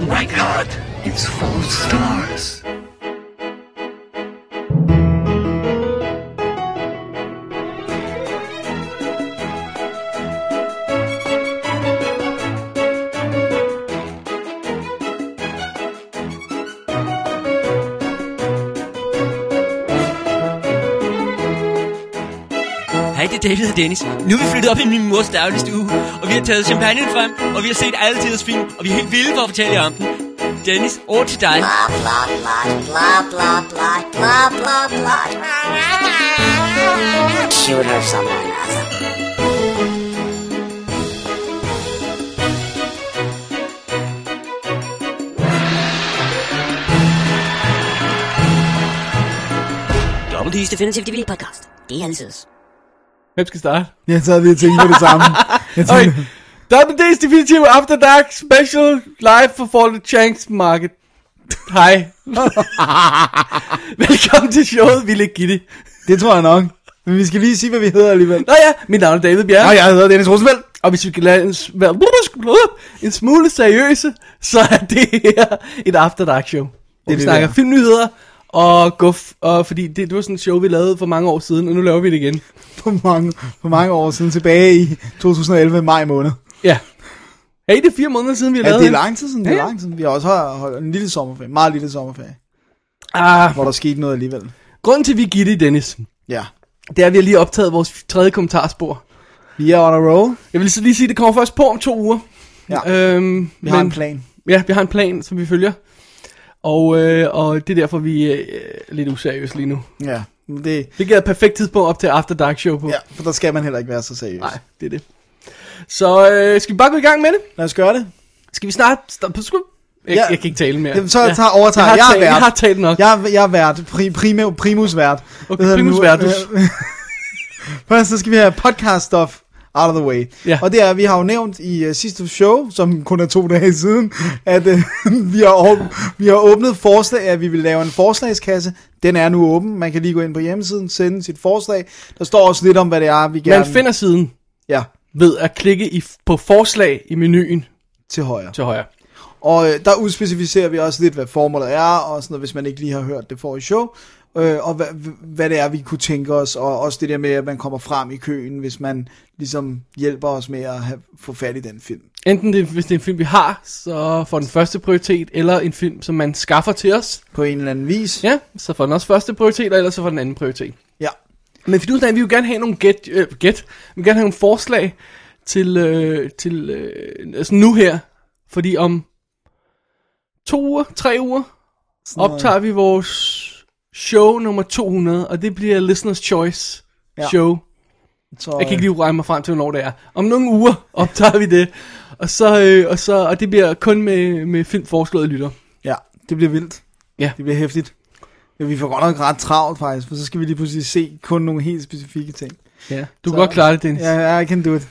My god, it's full of stars. Hej, det er David og Dennis. Nu er vi flyttet op i min mors daglige stue, og vi har taget champagne frem, og vi har set alle tiders film, og vi er helt vilde for at fortælle jer om den. Dennis, over til dig. Blah blah blah blah blah blah blah blah blah. Shoot her someone. altså. Dobbelt histe findes. Definitive DVD podcast. Det er altid's. Hvem skal starte? Jeg sad lige og tænkte på det samme. Jeg Okay. tænkte, Double D's Definitive After Dark Special Live for Fallen Chanks Market. Hej. Velkommen til showet, Ville Gitte. det tror jeg nok. Men vi skal lige sige, hvad vi hedder alligevel. Nå ja, mit navn er David Bjerre. Og jeg hedder Dennis Rosenfeldt. Og hvis vi kan lade en, s- være- en smule seriøse, så er det her et After Dark show. Det, vi det snakker der. filmnyheder og guf, og fordi det, det var sådan et show, vi lavede for mange år siden, og nu laver vi det igen. For mange, for mange år siden, tilbage i 2011, maj måned. Ja. Hey, det er fire måneder siden, vi har Ja, lavet det er lang tid siden, det Ja. er lang tid. siden. Vi har også holdt- holdt en lille sommerferie, meget lille sommerferie, Ah, hvor der skete noget alligevel. grunden til, at vi giver det, Dennis, Ja. det er, at vi har lige optaget vores tredje kommentarspor. Vi er on a roll. Jeg vil så lige sige, at det kommer først på om to uger. Ja. Øhm, Vi har en plan. Ja, vi har en plan, som vi følger. Og, øh, og det er derfor, vi er øh, lidt useriøse lige nu. Ja. Men Det, Det giver et perfekt tidspunkt op til After Dark Show på. ja, for der skal man heller ikke være så seriøs. Uh. Nej, det er det. Så øh, skal vi bare gå i gang med det? Lad os gøre det. Skal vi snart... Stop, sku... jeg, Ja. ja. jeg kan ikke tale mere. Jamen, så tager- overtager jeg. jeg. Har talt, Jeg er jeg vært. har talt nok. Jeg, er- jeg er vært, pri, primo, primus vært. Okay, Hvad hedder det nu? primus værtus. Øh, Først så skal vi have podcast stuff out of the way. Ja. Og det er, vi har jo nævnt i uh, sidste show, som kun er to dage siden, at uh, vi, har, åb- vi har åbnet forslag, at vi vil lave en forslagskasse. Den er nu åben. Man kan lige gå ind på hjemmesiden, sende sit forslag. Der står også lidt om, hvad det er, vi gerne... Man finder siden Ja, ved at klikke i, på forslag i menuen til højre. til højre. Og øh, der udspecificerer vi også lidt, hvad formålet er, og sådan noget, hvis man ikke lige har hørt det for i show, øh, og hvad, hvad det er, vi kunne tænke os, og også det der med, at man kommer frem i køen, hvis man ligesom hjælper os med at have, få fat i den film. Enten det, hvis det er en film, vi har, så får den første prioritet, eller en film, som man skaffer til os. På en eller anden vis. Ja, så får den også første prioritet, og ellers så får den anden prioritet. ja. Men fidusen er, at vi vil gerne have nogle gæt, øh, gæt. Vi vil gerne have nogle forslag til, øh, til øh, altså nu her. Fordi om to uger, tre uger, noget. optager vi vores show nummer 200, og det bliver Listener's Choice Ja. show. Så, øh, Jeg kan ikke lige regne mig frem til, hvornår det er. Om nogle uger optager vi det, og, så, øh, og, så, og det bliver kun med, med filmforskåret lytter. Ja, det bliver vildt. Ja. Det bliver hæftigt. Ja, vi får godt nok ret travlt faktisk, for så skal vi lige pludselig se kun nogle helt specifikke ting. Ja. Du kan godt klare det, Dennis. Ja, yeah, I can do it.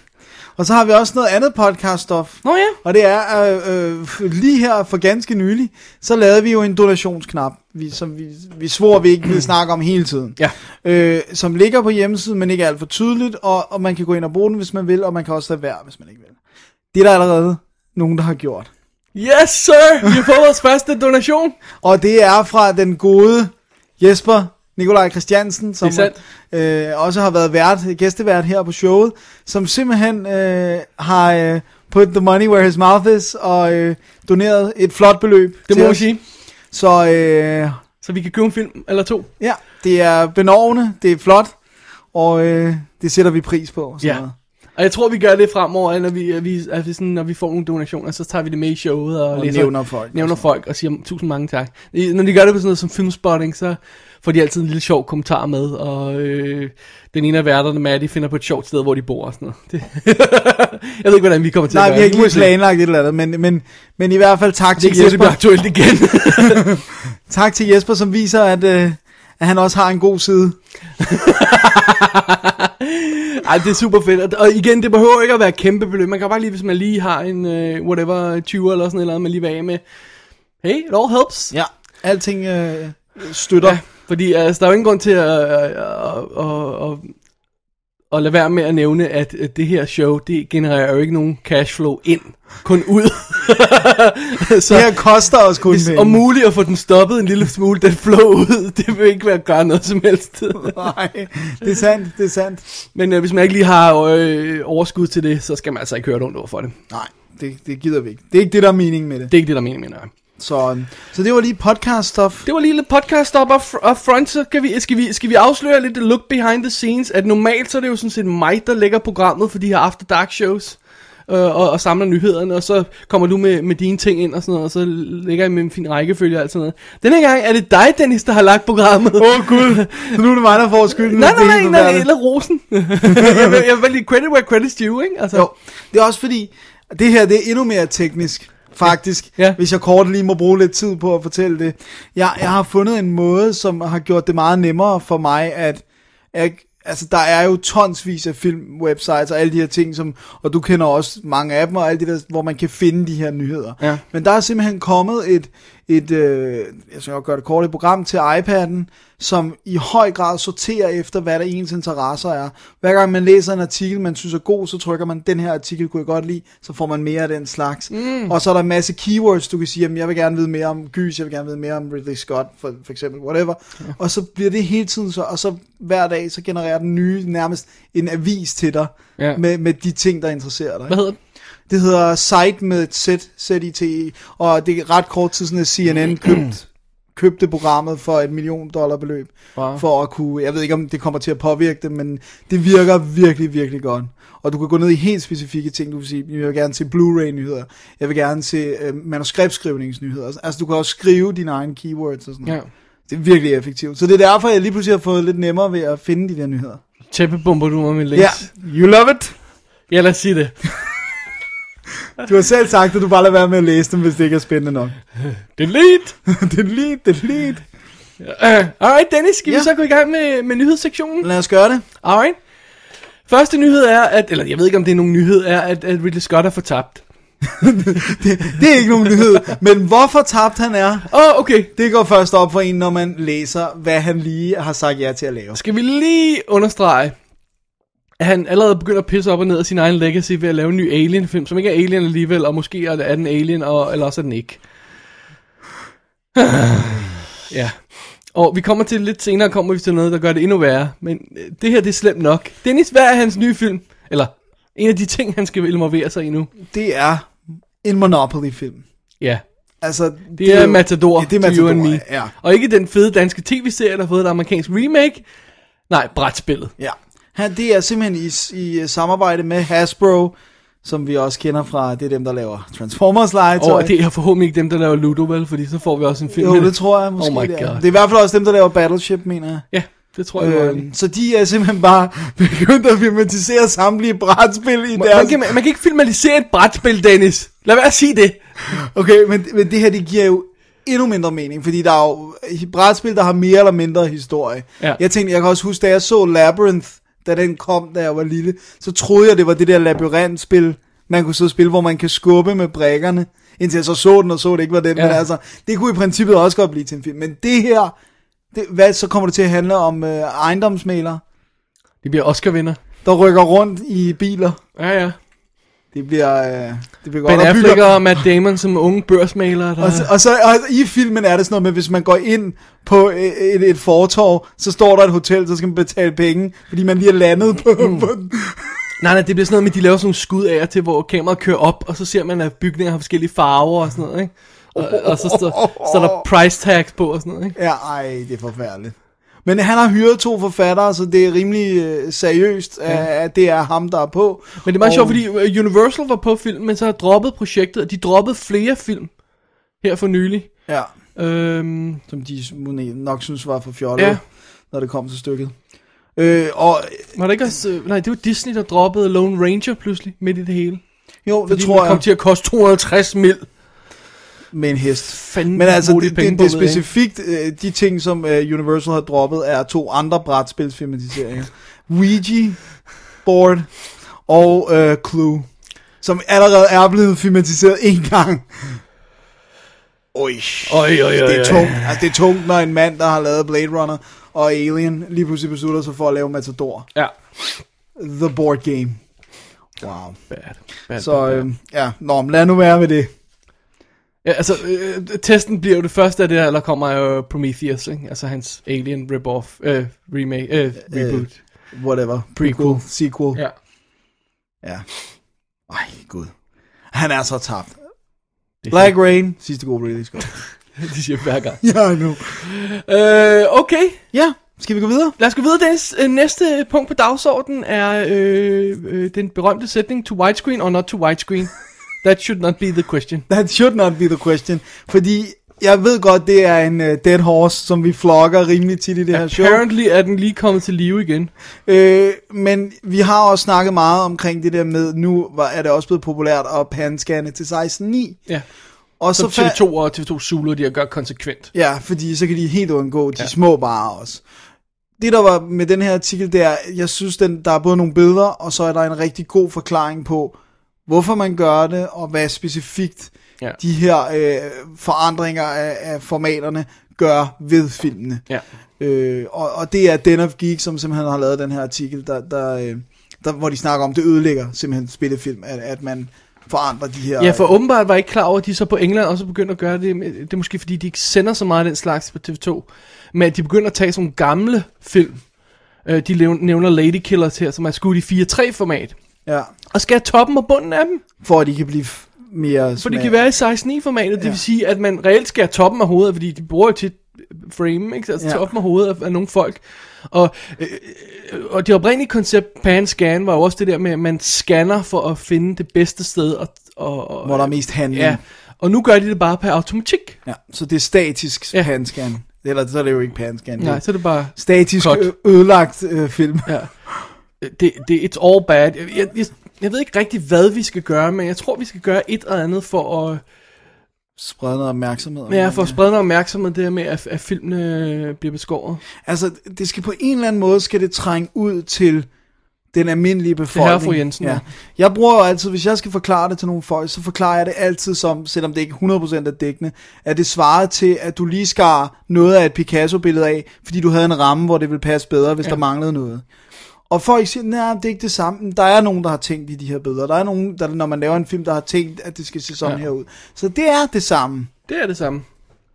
Og så har vi også noget andet podcast-stof. Nå ja. Og det er, øh, øh, lige her for ganske nylig, så lavede vi jo en donationsknap, vi, som vi, vi svor, vi ikke ville snakke om hele tiden. Ja. Øh, som ligger på hjemmesiden, men ikke er alt for tydeligt, og, og man kan gå ind og bruge den, hvis man vil, og man kan også lade være, hvis man ikke vil. Det er der allerede nogen, der har gjort. Yes, sir! Vi har fået vores første donation. Og det er fra den gode Jesper Nikolaj Christiansen, som Det er øh, også har været vært, gæstevært her på showet, som simpelthen øh, har øh, put the money where his mouth is, og øh, doneret et flot beløb. Det til må vi os. sige. Så øh, Så vi kan købe en film eller to. ja, det er benovende, det er flot, og øh, det sætter vi pris på. og Sådan Ja. noget. Og jeg tror, vi gør det fremover, at når vi, at vi, at vi, sådan, når vi får nogle donationer, så tager vi det med i showet og, Og læser, nævner folk. nævner Og sådan folk og siger tusind mange tak. I- Når de gør det på sådan noget som filmspotting, så får de altid en lille sjov kommentar med, og øh, den ene af værterne, Maddie, finder på et sjovt sted, hvor de bor og sådan noget. Det. jeg ved ikke, hvordan vi kommer til Nej, at gøre vi har ikke det. lige planlagt et eller andet, men, men, men i hvert fald tak Det er til ikke sikkert, det Jesper. bliver aktuelt igen. Tak til Jesper, som viser, at, øh, at han også har en god side. Ej, det er super fedt. Og- Og igen, det behøver ikke at være et kæmpe beløb. Man kan bare lige, hvis man lige har en, øh, whatever, 20 eller sådan noget, man lige vil af med. Hey, it all helps. Ja. Alting øh, støtter. øh, Ja, fordi altså, der er jo ingen grund til at, at, at, at, og lad være med at nævne, at øh, det her show, det genererer jo ikke nogen cashflow ind, kun ud. så Det her koster os kun hvis penge. om muligt at få den stoppet en lille smule, den flow ud, det vil ikke være at gøre noget som helst. Nej, det er sandt, det er sandt. Men øh, hvis man ikke lige har øh, overskud til det, så skal man altså ikke høre et ondt ord for det. Nej, det, det gider vi ikke. Det er ikke det, der er meningen med det. Det er ikke det, der er meningen, mener jeg. Så, øhm, så det var lige podcast-stuff. Det var lige lidt podcast op af fr- up front, så kan vi, skal, vi, skal vi afsløre lidt look behind the scenes, at normalt så er det jo sådan set mig, der lægger programmet for de her After Dark shows, øh, og, og samler nyhederne, og så kommer du med, med dine ting ind og sådan noget, og så lægger jeg med en fin rækkefølge og alt sådan noget. Den her gang er det dig, Dennis, der har lagt programmet. Åh oh, gud, så nu er det mig, der får skylden. Nej, Det er nej, nej, helt nej, nej, forfærdeligt. eller rosen. jeg, vil, jeg vil lige credit where credit's due, ikke? Altså, Jo, det er også fordi, at det her det er endnu mere teknisk, faktisk. Ja. Hvis jeg kort lige må bruge lidt tid på at fortælle det. Jeg, jeg har fundet en måde, som har gjort det meget nemmere for mig, at... at Altså, der er jo tonsvis af filmwebsites og alle de her ting, som, og du kender også mange af dem, og alle de der, hvor man kan finde de her nyheder. Ja. Men der er simpelthen kommet et, et øh, jeg skal nok gøre det kort, et program til iPad'en, som i høj grad sorterer efter, hvad der ens interesser er. Hver gang man læser en artikel, man synes er god, så trykker man, den her artikel kunne jeg godt lide, så får man mere af den slags. Mm. Og så er der en masse keywords, du kan sige, jamen jeg vil gerne vide mere om Gys, jeg vil gerne vide mere om Ridley Scott, for, for eksempel, whatever. Ja. Og så bliver det hele tiden så, og så hver dag, så genererer den nye nærmest en avis til dig, Ja. ja. med, med de ting, der interesserer dig. Hvad hedder den? Det hedder Site med et Z, Z-I-T-E, og det er ret kort tid siden, at CNN købt, købte programmet for et million dollar beløb, Wow. for at kunne, jeg ved ikke om det kommer til at påvirke det, men det virker virkelig, virkelig godt. Og du kan gå ned i helt specifikke ting, du kan sige, jeg vil gerne se Blu-ray-nyheder, jeg vil gerne se øh, manuskriptskrivningsnyheder, altså du kan også skrive dine egne keywords og sådan noget. Ja. Det er virkelig effektivt. Så det er derfor, jeg lige pludselig har fået lidt nemmere ved at finde de der nyheder. Tæppebomber du mig med links? Ja, you love it. ja, lad os sige det. Du har selv sagt, at du bare lader være med at læse dem, hvis det ikke er spændende nok. Delete! delete, delete. Uh, alright, Dennis, skal ja. Ja. vi så gå i gang med, med nyhedssektionen? Lad os gøre det. Alright. Første nyhed er, at, eller jeg ved ikke om det er nogen nyhed, er, at, at Ridley Scott er fortabt. Det er ikke nogen nyhed. Men hvorfor tabt han er, Åh, oh, okay. det går først op for en, når man læser, hvad han lige har sagt ja til at lave. Skal vi lige understrege, at han allerede begynder at pisse op og ned af sin egen legacy ved at lave en ny Alien-film, som ikke er Alien alligevel, og måske er er den Alien, og, eller også er den ikke. ja. Og vi kommer til lidt senere, kommer vi til noget, der gør det endnu værre. Men øh, det her, det er slemt nok. Dennis, hvad er hans nye film? Eller en af de ting, han skal involvere sig i nu. Det er en Monopoly-film. Ja. Altså, Det, det er, jo- Matador, Ja, det er to you Matador, and me. ja. Og ikke den fede danske tv-serie, der har fået et amerikansk remake. Nej, brætspillet. ja. Han, det er simpelthen i, i øh, samarbejde med Hasbro, som vi også kender fra, det er dem, der laver Transformers legetøj. Og det er forhåbentlig ikke dem, der laver Ludo, vel? Fordi så får vi også en film. med jo, det tror jeg måske, Oh my det er. god. Det er i hvert fald også dem, der laver Battleship, mener jeg. Ja, det tror jeg, øh, Øh, så de er simpelthen bare begyndt at filmatisere samtlige brætspil i man, man, deres... kan, man, man kan ikke filmalisere et brætspil, Dennis. Lad være at sige det. Okay, men, men det her, det giver jo endnu mindre mening, fordi der er jo brætspil, der har mere eller mindre historie. Ja. Jeg tænkte, jeg kan også huske, da jeg så Labyrinth, da den kom, da jeg var lille, så troede jeg, det var det der labyrintspil, man kunne sidde og spille, hvor man kan skubbe med brækkerne, indtil jeg så så den, og så det ikke var den. Ja. Ja. Men altså, det kunne i princippet også godt blive til en film. Men det her, det, hvad, så kommer det til at handle om øh, ejendomsmalere, Det bliver Oscar-vinder. der rykker rundt i biler. Ja, ja. Det bliver, øh, det bliver godt. Ben Og bygger- Affleck og Matt Damon som unge børsmalere, der... Og så, og så og i filmen er det sådan noget med, hvis man går ind på et, et, et fortorv, så står der et hotel, så skal man betale penge, fordi man lige er landet på, mm. på Nej, nej, det bliver sådan noget med, at de laver sådan nogle skud af og til, hvor kameraet kører op, og så ser man, at bygninger har forskellige farver og sådan noget, ikke? Og, og så står, står der price tags på og sådan noget, ikke? Ja, ej, det er forfærdeligt. Men han har hyret to forfattere, så det er rimelig øh, seriøst, ja. at det er ham, der er på. Men det er meget Og- sjovt, fordi øh, Universal var på film, men så har droppet projektet, og de droppede flere film her for nylig. Ja, Øhm, som de nok synes var for fjollet, Ja. ja. når det kom til stykket. Øh, og var det ikke også... øh, Nej, det var Disney, der droppede Lone Ranger pludselig midt i det hele. jo, det Fordi tror den jeg, kom til at koste 250 mil. med en hest. Fanden Men altså, modige det, penge det, på det er ved, ikke? specifikt øh, de ting, som øh, Universal har droppet, er to andre brætspilsfilmatiseringer. Ouija Board og øh, Clue, som allerede er blevet filmatiseret en gang. Oj, Øj, øj, øj, det er øj. tungt. Altså, det er tungt, når en mand, der har lavet Blade Runner og Alien, lige pludselig beslutter sig for at lave Matador. Ja. The Board Game. Wow. Bad. Bad, Så bad, bad. øh, ja, nå, men lad nu være med det. Ja, altså, øh, testen bliver jo det første af det her, der kommer jo Prometheus, ikke? Altså hans Alien rip-off, øh, remake, øh, reboot, Whatever. prequel. Sequel. Ja. ja. Ej, gud. Han er så tabt. Det Black Rain, sidste gode Ridley Scott. siger, det siger jeg hver gang. ja, nu. Øh, okay. Ja, skal vi gå videre? Lad os gå videre, Dennis. Øh, Næste punkt på dagsordenen er øh, øh, den berømte sætning, to widescreen or not to widescreen. That should not be the question. That should not be the question. Fordi jeg ved godt, det er en uh, dead horse, som vi flokker rimelig tit i det her show. Apparently er den lige kommet til live igen. Øh, men vi har også snakket meget omkring det der med, nu var, er det også blevet populært at panskanne til 16.9. Ja. Og Som fa- TV2 og TV2 Zulu, de har gjort konsekvent. Ja, fordi så kan de helt undgå de ja. små barer også. Det der var med den her artikel, det er, jeg synes, den, der er både nogle billeder, og så er der en rigtig god forklaring på, hvorfor man gør det, og hvad specifikt Ja. de her øh, forandringer af, af formaterne gør ved filmene. Ja. Øh, og, og det er Den of Geek, som simpelthen har lavet den her artikel, der, der, øh, der, hvor de snakker om, det ødelægger simpelthen spillefilm, at, at man forandrer de her... Ja, for åbenbart var jeg ikke klar over, at de så på England også begyndte at gøre det. Men Det er måske fordi, de ikke sender så meget af den slags på TV2. Men at de begynder at tage sådan nogle gamle film. Øh, De lev- nævner Lady Killers her, som er skudt i 4-3-format. ja, Og skal have toppen og bunden af dem. for at de kan blive f- mere... For det smalle. kan være i 16-9-formatet. Det Ja. vil sige, at man reelt skal have toppen af hovedet, fordi de bruger jo tit frame, ikke? altså Ja. ja. toppen af hovedet af, af nogle folk. Og, øh, øh, og det oprindelige koncept pan-scan var jo også det der med, at man scanner for at finde det bedste sted. Og, og, og, Hvor der er mest handling. Ja, og nu gør de det bare per automatik. Ja, så det er statisk ja. Ja. panscan. Eller så er det jo ikke panscan. Nej, Nej, så er det bare... statisk Cut. ø- ødelagt øh, film. Ja. Det, det, it's all bad. Jeg, jeg, jeg, jeg ved ikke rigtig, hvad vi skal gøre, men jeg tror, vi skal gøre et eller andet for at, Sprede noget opmærksomhed. om ja, det. for at sprede noget opmærksomhed det her med, at, at filmene bliver beskåret. Altså, det skal på en eller anden måde, skal det trænge ud til den almindelige befolkning. fru Jensen, Ja. ja. Jeg bruger jo altid, hvis jeg skal forklare det til nogle folk, så forklarer jeg det altid som, selvom det ikke 100% er dækkende, at det svarer til, at du lige skar noget af et Picasso-billede af, fordi du havde en ramme, hvor det ville passe bedre, hvis ja. der manglede noget. Og folk siger, nej, det er ikke det samme. Men Der er nogen, der har tænkt i de her billeder. Der er nogen, der, når man laver en film, der har tænkt, at det skal se sådan Ja. ja. her ud. Så det er det samme. Det er det samme.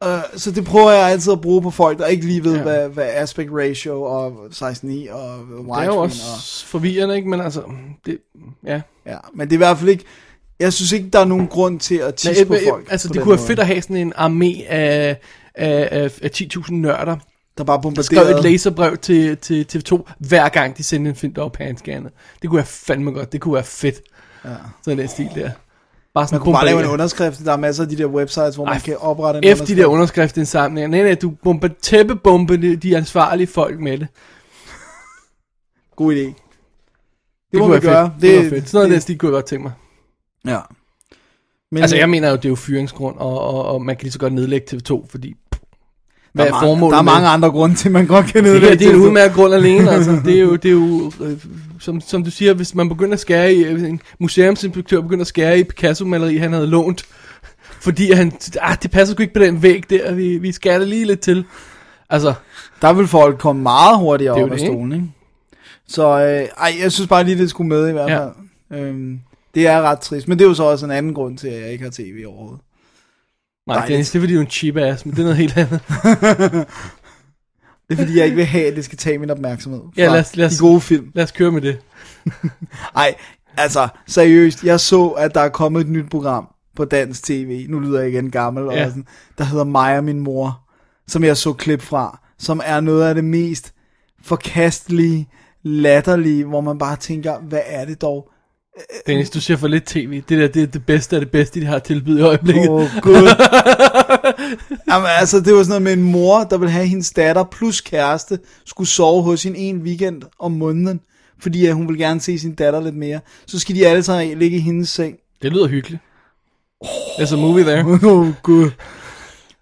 Øh, så det prøver jeg altid at bruge på folk, der ikke lige ved, ja. Ja. hvad, hvad aspect ratio og 16.9 og widescreen Det er jo og... også forvirrende, ikke? Men altså, det, ja. Ja, men det er i hvert fald ikke... Jeg synes ikke, der er nogen grund til at tisse Nej, på jeg- jeg- folk. altså, på det den kunne være måde. fedt at have sådan en armé af, af, af, af 10.000 nørder, Der bare der skrev bombarderer... et laserbrev til, til TV2, hver gang de sendte en film, der var panskannet. Det kunne være fandme godt. Det kunne være fedt. Ja. Sådan den stil der. Bare sådan Man kunne bare lave en bombardere. underskrift. Der er masser af de der websites, hvor man Ej, kan oprette en F de der underskriftindsamlinger. Nej, nej, du bomber, tæppebomber de- de ansvarlige folk med det. God idé. Det, Det, må kunne vi være gøre. fedt. Det, det, kunne være fedt. Sådan noget det, den stil kunne jeg godt tænke mig. Ja. Men, Altså, jeg mener jo, det er jo fyringsgrund, og, og, og man kan lige så godt nedlægge TV2, fordi... pff, Hvad der, er er mange, formålet der er med- mange andre grunde til, at man godt kan Det, nedlægge her, det er en det. udmærket grund alene, altså. Det er jo, det er jo øh, som, som du siger, hvis man begynder at skære i, øh, en museumsinspektør begynder at skære i Picasso-maleri, han havde lånt, fordi han, ah, det passer sgu ikke på den væg der, vi, vi skærer det lige lidt til. Altså, Der vil folk komme meget hurtigere Det er jo op af det, ikke? stolen, ikke? Så øh, ej, jeg synes bare lige, det skulle med i hvert Ja. fald. Øhm, det er ret trist, men det er jo så også en anden grund til, at jeg ikke har tv overhovedet. nej, Dejligt. nej Dennis, det er fordi, du er en cheap ass, men det er noget helt andet. Det er fordi, jeg ikke vil have, at det skal tage min opmærksomhed fra Ja, lad os- lad os- de gode film. Lad os køre med det. Ej, altså, seriøst, jeg så, at der er kommet et nyt program på dansk tv. Nu lyder jeg igen gammel. Og Ja. sådan, der hedder Mig og min mor, som jeg så klip fra. Som er noget af det mest forkastelige, latterlige, hvor man bare tænker, hvad er det dog? Dennis, du ser for lidt tv. Det der, det er det bedste af det bedste, de har at tilbyde i øjeblikket. Åh, oh, gud. Jamen, altså, det var sådan noget med en mor, der ville have hendes datter plus kæreste, skulle sove hos hende en weekend om måneden, fordi at hun ville gerne se sin datter lidt mere. Så skal de alle sammen ligge i hendes seng. Det lyder hyggeligt. There's a movie there. Åh, oh, gud.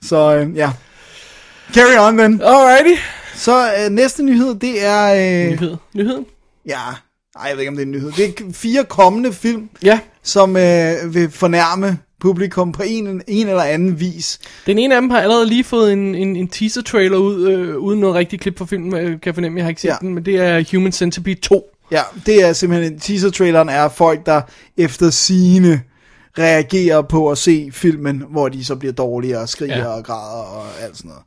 Så øh, ja. Carry on, then. Alrighty. Så øh, næste nyhed, det er... Øh, Nyhed. Nyheden? ja, ej, jeg ved ikke, om det er en nyhed. Det er fire kommende film, Ja. som øh, vil fornærme publikum på en, en eller anden vis. Den ene af dem har allerede lige fået en, en, en teaser-trailer ud, øh, uden noget rigtigt klip fra filmen, øh, kan jeg fornemme, jeg har ikke set Ja. ja. den, men det er Human Centipede 2. Ja, det er simpelthen, teaser-traileren er folk, der efter sine reagerer på at se filmen, hvor de så bliver dårlige og skriger Ja. ja. og græder og alt sådan noget.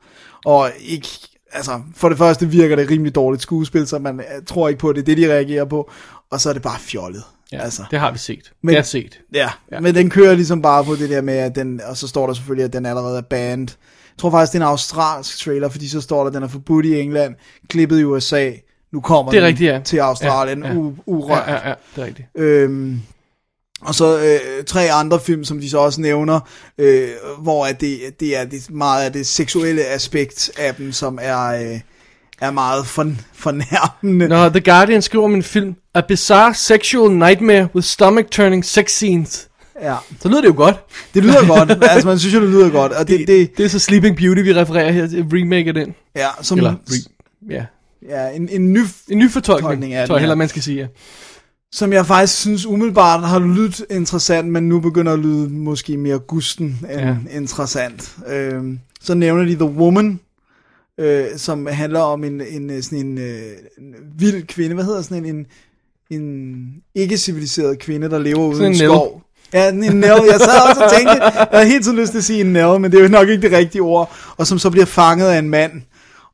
Og ikke, altså, for det første virker det rimelig dårligt skuespil, så man øh, tror ikke på, at det er det, de reagerer på, og så er det bare fjollet. Ja, altså. altså. Det har vi set. Men, Men- det er set. Ja, ja, men den kører ligesom bare på det der med, at den, og så står der selvfølgelig, at den allerede er banned. Jeg tror faktisk, det er en australsk trailer, fordi så står der, at den er forbudt i England, klippet i USA. Nu kommer Det er den rigtigt, ja. til Australien, Ja, ja, ja. ja. U- urørt. Ja, ja, ja, det er rigtigt. Øhm, og så øh, tre andre film, som de så også nævner, øh, hvor at det, det er det, meget af det seksuelle aspekt af dem, som er, øh, er meget for, fornærmende. Nå, The Guardian skriver om en film, A Bizarre Sexual Nightmare with Stomach-Turning Sex Scenes. Ja. Så lyder det jo godt. Det lyder godt, altså man synes jo, det lyder godt. Og det, det, Det er så Sleeping Beauty, vi refererer her til, remake af den. ja, som, Eller, re- ja. ja, en, en ny En ny fortolkning, Tolkning af den, tror jeg heller, ja. man skal sige. Ja. som jeg faktisk synes umiddelbart har lyttet interessant, men nu begynder at lyde måske mere gusten end Ja. ja. interessant. Øhm, så nævner de The Woman, øh, som handler om en, en øh, sådan en, øh, en vild kvinde, hvad hedder sådan en, en, en ikke-civiliseret kvinde, der Sådan lever uden en en Nell. skov. Ja, en en Nell. Jeg sad også og tænkte, jeg havde helt så lyst til at sige en Nell, men det er jo nok ikke det rigtige ord. Og som så bliver fanget af en mand,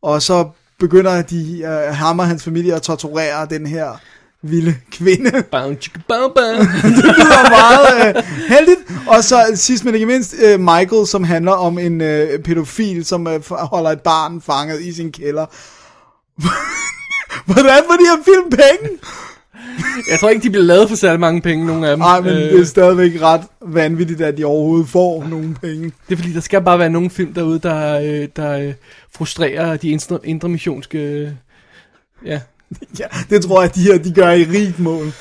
og så begynder de, øh, ham og hans familie at torturere den her vilde kvinde Bam, chicka, bam, bam. lyder meget øh, heldigt. Og så sidst men ikke mindst, øh, Michael, som handler om en øh, pædofil, som øh, holder et barn fanget i sin kælder. Hvordan får de her film penge? jeg tror ikke, de bliver lavet for særlig mange penge, nogle af dem. Nej, men Øh, det er stadigvæk ret vanvittigt, at de overhovedet får nogen penge. det er fordi, der skal bare være nogle film derude, der, øh, der øh, frustrerer de indre, indre missionske... øh, Ja. Ja, det tror jeg, de her de gør i rigt mål.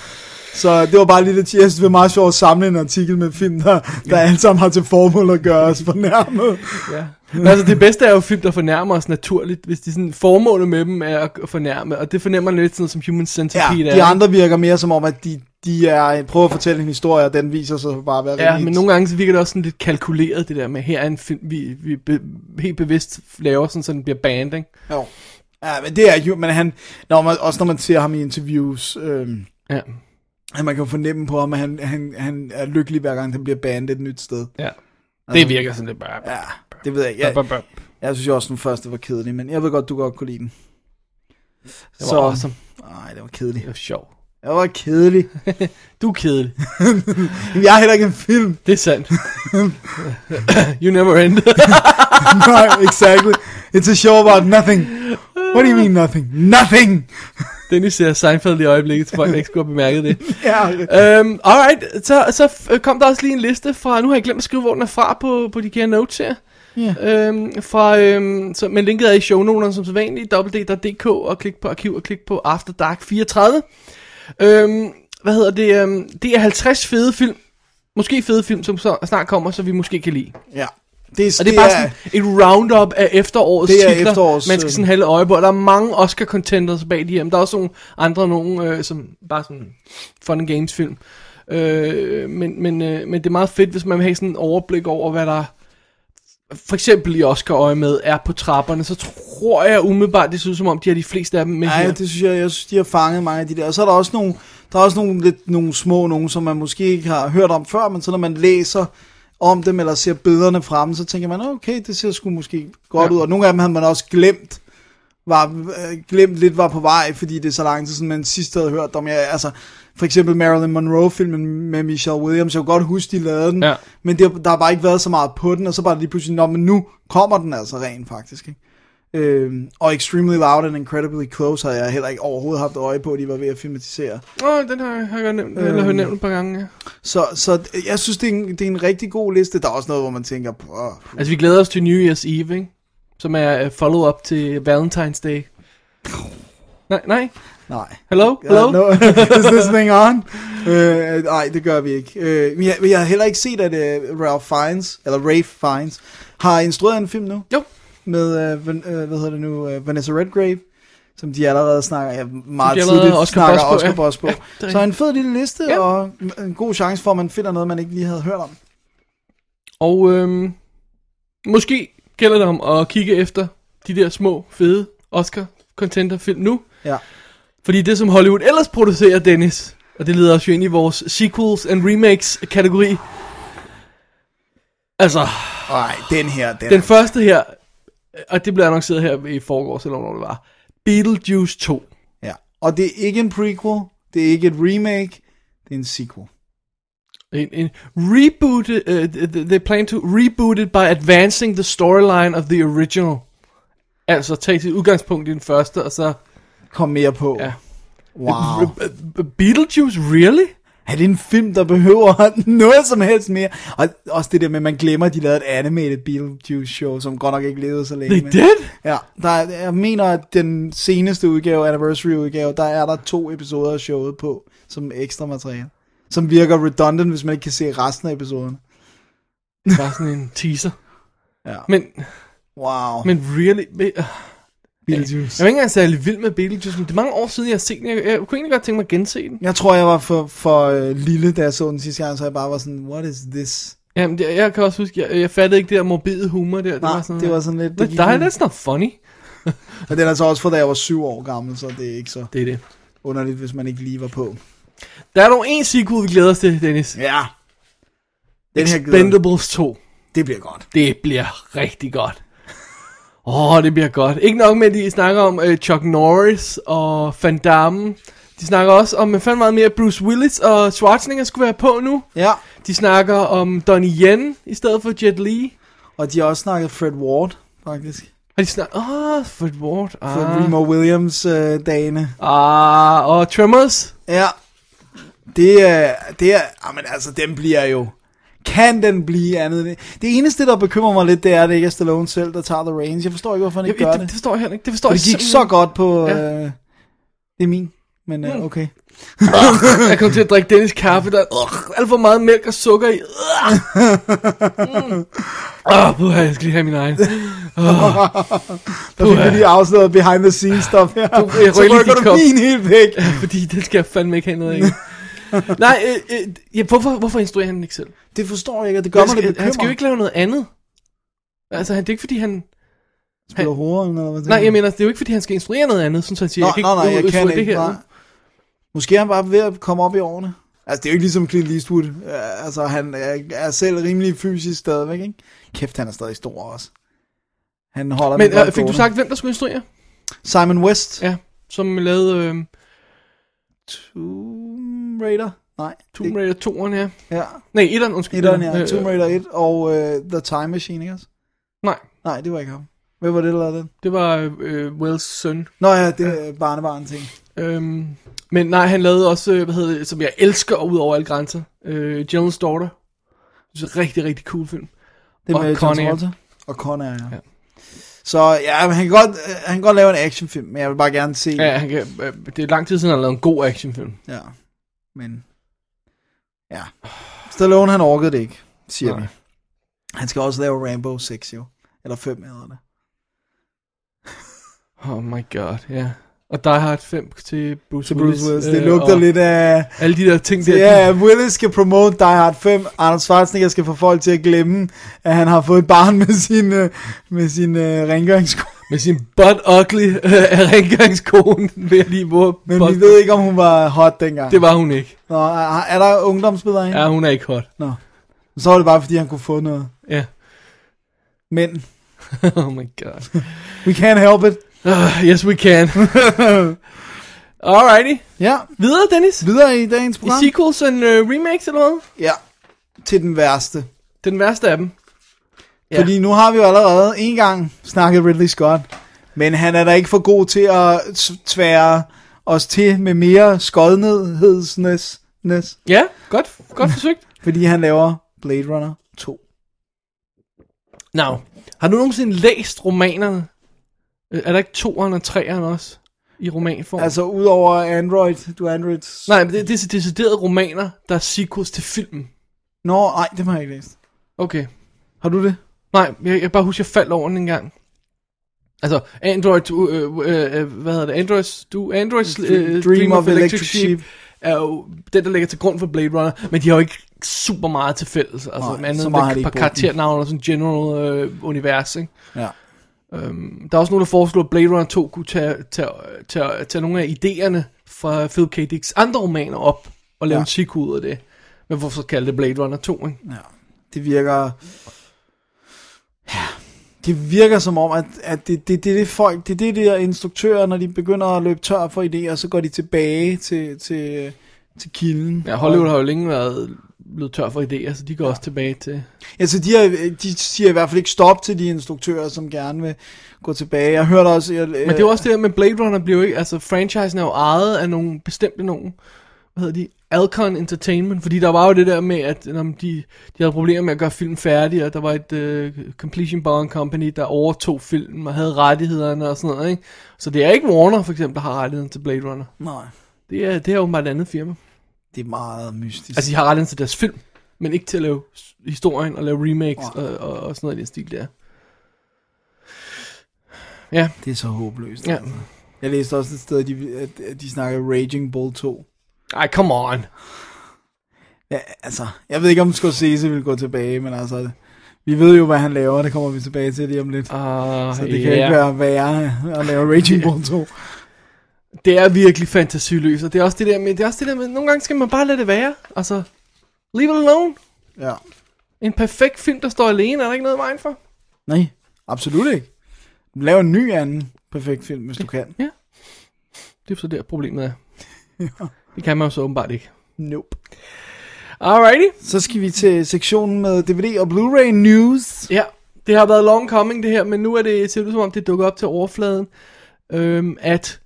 Så det var bare lidt, at jeg synes, det var meget sjovt at samle en artikel med film, der, der alle sammen har til formål at gøre os fornærmet. Ja. Men altså, det bedste er jo film, der fornærmer os naturligt, hvis de sådan, formålet med dem er at fornærme, og det fornemmer man lidt sådan noget, som Human Ja, Centipede er. de andre virker mere som om, at de, de er, prøver at fortælle en historie, og den viser sig bare at være Ja, rimelig- men nogle gange så virker det også sådan lidt kalkuleret, det der med, her er en film, vi, vi be, helt bevidst laver, sådan, så den bliver banned, ikke? Jo. Ja, men det er jo, men han, når man, også når man ser ham i interviews, øhm, Ja. at man kan jo fornemme på ham, at han, han, han er lykkelig hver gang, han bliver bandet et nyt sted. Altså, ja. Det virker sådan lidt bare... Ja, det ved jeg ikke. Jeg, Bop, bop. jeg synes jo også, den første var kedelig, men jeg ved godt, du godt kunne lide den. Det var awesome. Nej, det var Det kedelig. var sjovt. Det var kedelig. Du er kedelig. Jamen, jeg er heller ikke en film. Det er sandt. you never end. Nej, exactly. It's a show about nothing. What do you mean nothing? Nothing! Dennis ser Seinfeld i øjeblikket, så folk ikke skulle have bemærket det. Ja, Um, alright, så, så f- øh, kom der også lige en liste fra, nu har jeg glemt at skrive, hvor den er fra på, på de kære notes her. Yeah. Um, fra, um, så, men linket er i shownoterne som sædvanligt, www.dk og klik på arkiv og klik på After Dark 34. Um, hvad hedder det? Um, det er 50 fede film, måske fede film, som så snart kommer, så vi måske kan lide. ja. Det er, Og det er bare sådan et roundup af efterårets Det er titler, efterårs- man skal sådan have lidt øje på. Og der er mange Oscar-contenders bag de her, men der er også nogle andre, nogle, øh, som bare sådan fun and games film. Øh, men, men, øh, men det er meget fedt, hvis man vil have sådan en overblik over, hvad der for eksempel i Oscar-øje med er på trapperne, så tror jeg umiddelbart, det ser ud som om, de har de fleste af dem med Nej, her. det synes jeg, jeg synes, de har fanget mange af de der. Og så er der også nogle, der er også nogle, lidt, nogle små nogle, som man måske ikke har hørt om før, men så når man læser om dem, eller ser billederne fremme, så tænker man, okay, det ser sgu måske godt Ja. ja. ud. Og nogle af dem havde man også glemt, var, øh, glemt lidt var på vej, fordi det er så lang tid siden, man sidst havde hørt om. Jeg, altså, for eksempel Marilyn Monroe-filmen med Michelle Williams, jeg kunne godt huske, de lavede den, Ja. men det, der har bare ikke været så meget på den, og så bare lige pludselig, Nå, men nu kommer den altså rent faktisk. Ikke? Øhm, og Extremely Loud and Incredibly Close har jeg heller ikke overhovedet haft øje på, at de var ved at filmatisere. Åh, oh, den har jeg, har jeg godt nævnt, eller hørt nævnt et par gange. Ja. Så, så jeg synes, det er, en, det er en rigtig god liste. Der er også noget, hvor man tænker, "Åh, Altså, vi glæder os til New Year's Eve, ikke? som er øh, follow-up til Valentine's Day. Nej, nej. nej. Hello? Hello? Uh, no. Is this thing on? Øh, nej, det gør vi ikke. Øh, men jeg, men jeg har heller ikke set, at øh, Ralph Fiennes, eller Rafe Fiennes, har instrueret en film nu. Jo. Med, øh, Van, øh, hvad hedder det nu, øh, Vanessa Redgrave, som de allerede snakker, ja, meget allerede tidligt har Oscar snakker Boss på, Oscar ja. Boss på. Ja, Ja. det er Så en fed lille liste, Ja. ja. og en god chance for, at man finder noget, man ikke lige havde hørt om. Og øhm, måske gælder det om at kigge efter de der små, fede Oscar-contender-film nu. Ja. Fordi det, som Hollywood ellers producerer, Dennis, og det leder os jo ind i vores sequels and remakes-kategori. Altså, Nej, den her, den, den første her, øh, og det blev annonceret her i forgårs, eller hvornår det var, Beetlejuice 2. Ja. Og det er ikke en prequel, det er ikke et remake, det er en sequel. En, en reboot, uh, they plan to reboot it by advancing the storyline of the original. Altså, tage sit udgangspunkt i den første, og så... Kom mere på. Ja. Wow. øh, Beetlejuice, really? Er det en film, der behøver noget som helst mere? Og også det der med, at man glemmer, at de lavede et animated Beetlejuice-show, som godt nok ikke levede så længe. They men- did? Ja, der, er- jeg mener, at den seneste udgave, anniversary-udgave, der er der to episoder af showet på, som ekstra materiale. Som virker redundant, hvis man ikke kan se resten af episoderne. Bare sådan en teaser. Ja. Men, Wow. men really... øh, Jeg Beetlejuice. var ikke engang særlig vild med Beetlejuice, men det er mange år siden, jeg har set den. Jeg, jeg kunne egentlig godt tænke mig at gense den. Jeg tror, jeg var for, for øh, lille, da jeg så den sidste gang, så jeg bare var sådan, what is this? Jamen, jeg, jeg kan også huske, jeg, jeg fattede ikke det der morbide humor der. Det Nej, var sådan, det var sådan lidt... But gik die, lidt- that's not funny. Men den er så også fra, da jeg var syv år gammel, så det er ikke så Det er det. underligt, hvis man ikke lige var på. Der er dog en sequel, vi glæder os til, Dennis. Ja. Den her glæder, Expendables 2. det bliver godt. Det bliver rigtig godt. Åh, oh, det bliver godt. Ikke nok med, at de snakker om uh, Chuck Norris og Van Damme. De snakker også om øh, fandme meget mere Bruce Willis og Schwarzenegger skulle være på nu. Ja, De snakker om Donnie Yen i stedet for Jet Li. og de har også snakket Fred Ward, faktisk. Og de snakker... Åh, oh, Fred Ward. Ah, Fra Remo øh, Williams-dagene. ah, og Tremors. ja. Det er, det er, jamen altså, den bliver jo, kan den blive andet? end- Det eneste, der bekymrer mig lidt, det er, at det ikke er Stallone selv, der tager The Reins. Jeg forstår ikke, hvorfor han ikke Jeg- gør det, det det. forstår jeg heller ikke. Det forstår Det jeg gik så simpelthen godt på, Ja. Mm. øh, det er min, men øh, okay. ikke. Jeg kom til at drikke Dennis kaffe, der er alt for meget mælk og sukker i. Åh, mm. oh, puha, jeg skal lige have min egen. Der fik vi lige afsløret behind the scenes stuff her. Du- jeg Så rykker lige rykker dit du kop. min helt væk. Fordi det skal jeg fandme ikke have noget af. Nej, øh, øh, ja, hvorfor, hvorfor instruerer han den ikke selv? Det forstår jeg ikke, og det gør mig han, lidt skal, bekymret. han skal jo ikke lave noget andet. Altså, han, det er ikke fordi, han... Mm. spille horen, eller hvad Nej, jeg mener, det er jo ikke fordi, han skal instruere noget andet, sådan så han siger, Nå, jeg kan nå, ikke nej, ud- jeg udføre kan det ikke. her. Nej. Måske er han bare ved at komme op i årene. Altså, det er jo ikke ligesom Clint Eastwood. Øh, Altså, han er, er selv rimelig fysisk stadigvæk, ikke? Kæft, han er stadig stor også. Han holder Men den godt øh, fik du gående. sagt, hvem der skulle instruere? Simon West. Ja, som lavede øh, Tomb Raider? Nej. Tomb Raider 2'eren her. Det, ja. Nej, 1'eren, undskyld. Etteren, ja. Øh, Tomb Raider 1 og øh, The Time Machine, ikke også? Nej, Nej, det var ikke ham. Hvem var det, der lavede den? det var øh, Wells søn. Nå ja, det er Øh. barnebarn ting. Øhm, men nej, han lavede også, øh, hvad hedder det, som jeg elsker ud over alle grænser, øh, General's Daughter. Det er en rigtig, rigtig cool film. Det Og med John Con Air. Travolta. Og Conair, ja. Ja. ja. Så ja, men han kan, godt, øh, han kan godt lave en actionfilm, men jeg vil bare gerne se... Ja, han kan, øh, det er lang tid siden, han har lavet en god actionfilm. ja. Men... Ja. Stallone, han orkede det ikke, siger Nej. vi. Han skal også lave Rambo 6, jo. Eller 5 hedder det. Oh my god, ja. Yeah. Og Die Hard 5 til Bruce, Til Bruce Willis. Det øh, lugter og lidt af... Alle de der ting der. Ja, Willis skal promote Die Hard 5. Arnold Schwarzenegger skal få folk til at glemme, at han har fået et barn med sin, øh, med sin øh, rengøringskone. Med sin butt ugly øh, rengøringskone, vil jeg lige hvor. Men vi ved ikke, om hun var hot dengang. Det var hun ikke. Nå, er, er der ungdomsbilleder af hende? Ja, hun er ikke hot. Nå. Så var det bare, fordi han kunne få noget. Ja. Men, oh my god. we can't help it. Uh, yes, we can. Alrighty. Ja, Videre, Dennis. videre i dagens I program. sequels and uh, remakes eller hvad? Ja, til den værste. Den værste af dem. Ja. Ja. Fordi nu har vi jo allerede en gang snakket Ridley Scott. Men han er da ikke for god til at s- tvære os til med mere skodnedhedsnes. nes, Ja, godt, godt forsøgt. Fordi han laver Blade Runner 2. Now, har du nogensinde læst romanerne? Øh, Er der ikke toeren og treeren også i romanform? Altså udover Android, du er Android. Nej, men det, det er deciderede romaner, der er sequels til filmen. Nå, nej, det har jeg ikke læst. Okay. Har du det? Nej, jeg, jeg kan bare husker, jeg faldt over den en gang. Altså, Android, øh, øh, øh, hvad hedder det, Androids, du, Androids øh, Dream of Electric Sheep. er jo den, der ligger til grund for Blade Runner, men de har jo ikke super meget til fælles. Altså, Nej, Nej, andet så så meget har meget de end ikke et par brugt den. karakternavne og sådan general øh, univers, ikke? Ja. Øhm, der er også nogen, der foreslår, at Blade Runner 2 kunne tage, tage, tage, tage nogle af idéerne fra Philip K. Dick's andre romaner op og lave Ja. ja. en sequel ud af det. Men hvorfor kalde det Blade Runner 2, ikke? Det virker... Ja, det virker som om, at, at det, det, det, er det, folk, det er det der instruktører, når de begynder at løbe tør for idéer, så går de tilbage til, til, til kilden. Ja, Hollywood har jo længe været blevet tør for idéer, så de går ja. også tilbage til... Altså, de, har, de siger i hvert fald ikke stop til de instruktører, som gerne vil gå tilbage. Jeg hørte også... Jeg, Men det er jo også det der med Blade Runner bliver jo ikke... Altså, franchisen er jo ejet af nogle bestemte nogen. Hvad hedder de? Alcon Entertainment. Fordi der var jo det der med, at jamen, de, de havde problemer med at gøre film færdig, og der var et øh, Completion Bond Company, der overtog filmen og havde rettighederne og sådan noget, ikke? Så det er ikke Warner, for eksempel, der har rettigheden til Blade Runner. Nej, Det er, det er åbenbart et andet firma. det er meget mystisk. Altså, Altså, de har rettigheden til deres film, men ikke til at lave s- historien og lave remakes og, og, og sådan noget i den stil der. Ja, det er så håbløst. Ja. Altså. Jeg læste også et sted, at de, at, at de snakker Raging Bull 2. ej, come on. Ja, altså, jeg ved ikke, om Scorsese vil gå tilbage, men altså, vi ved jo, hvad han laver, og det kommer vi tilbage til lige om lidt. Uh, Så det kan ikke være værre at lave Raging Bull 2. Det er virkelig fantasiløst, og det er også det der med, det er også det der med, nogle gange skal man bare lade det være. Altså, leave it alone. Ja. En perfekt film, der står alene, er der ikke noget i vejen for? Nej, absolut ikke. Lav en ny anden perfekt film, hvis du kan. Det er så der problemet er. Det kan man jo så åbenbart ikke. Nope. Alrighty. Så skal vi til sektionen med DVD og Blu-ray news. Ja, det har været long coming det her, men nu er det, ser det ud som om, det dukker op til overfladen, øhm, at,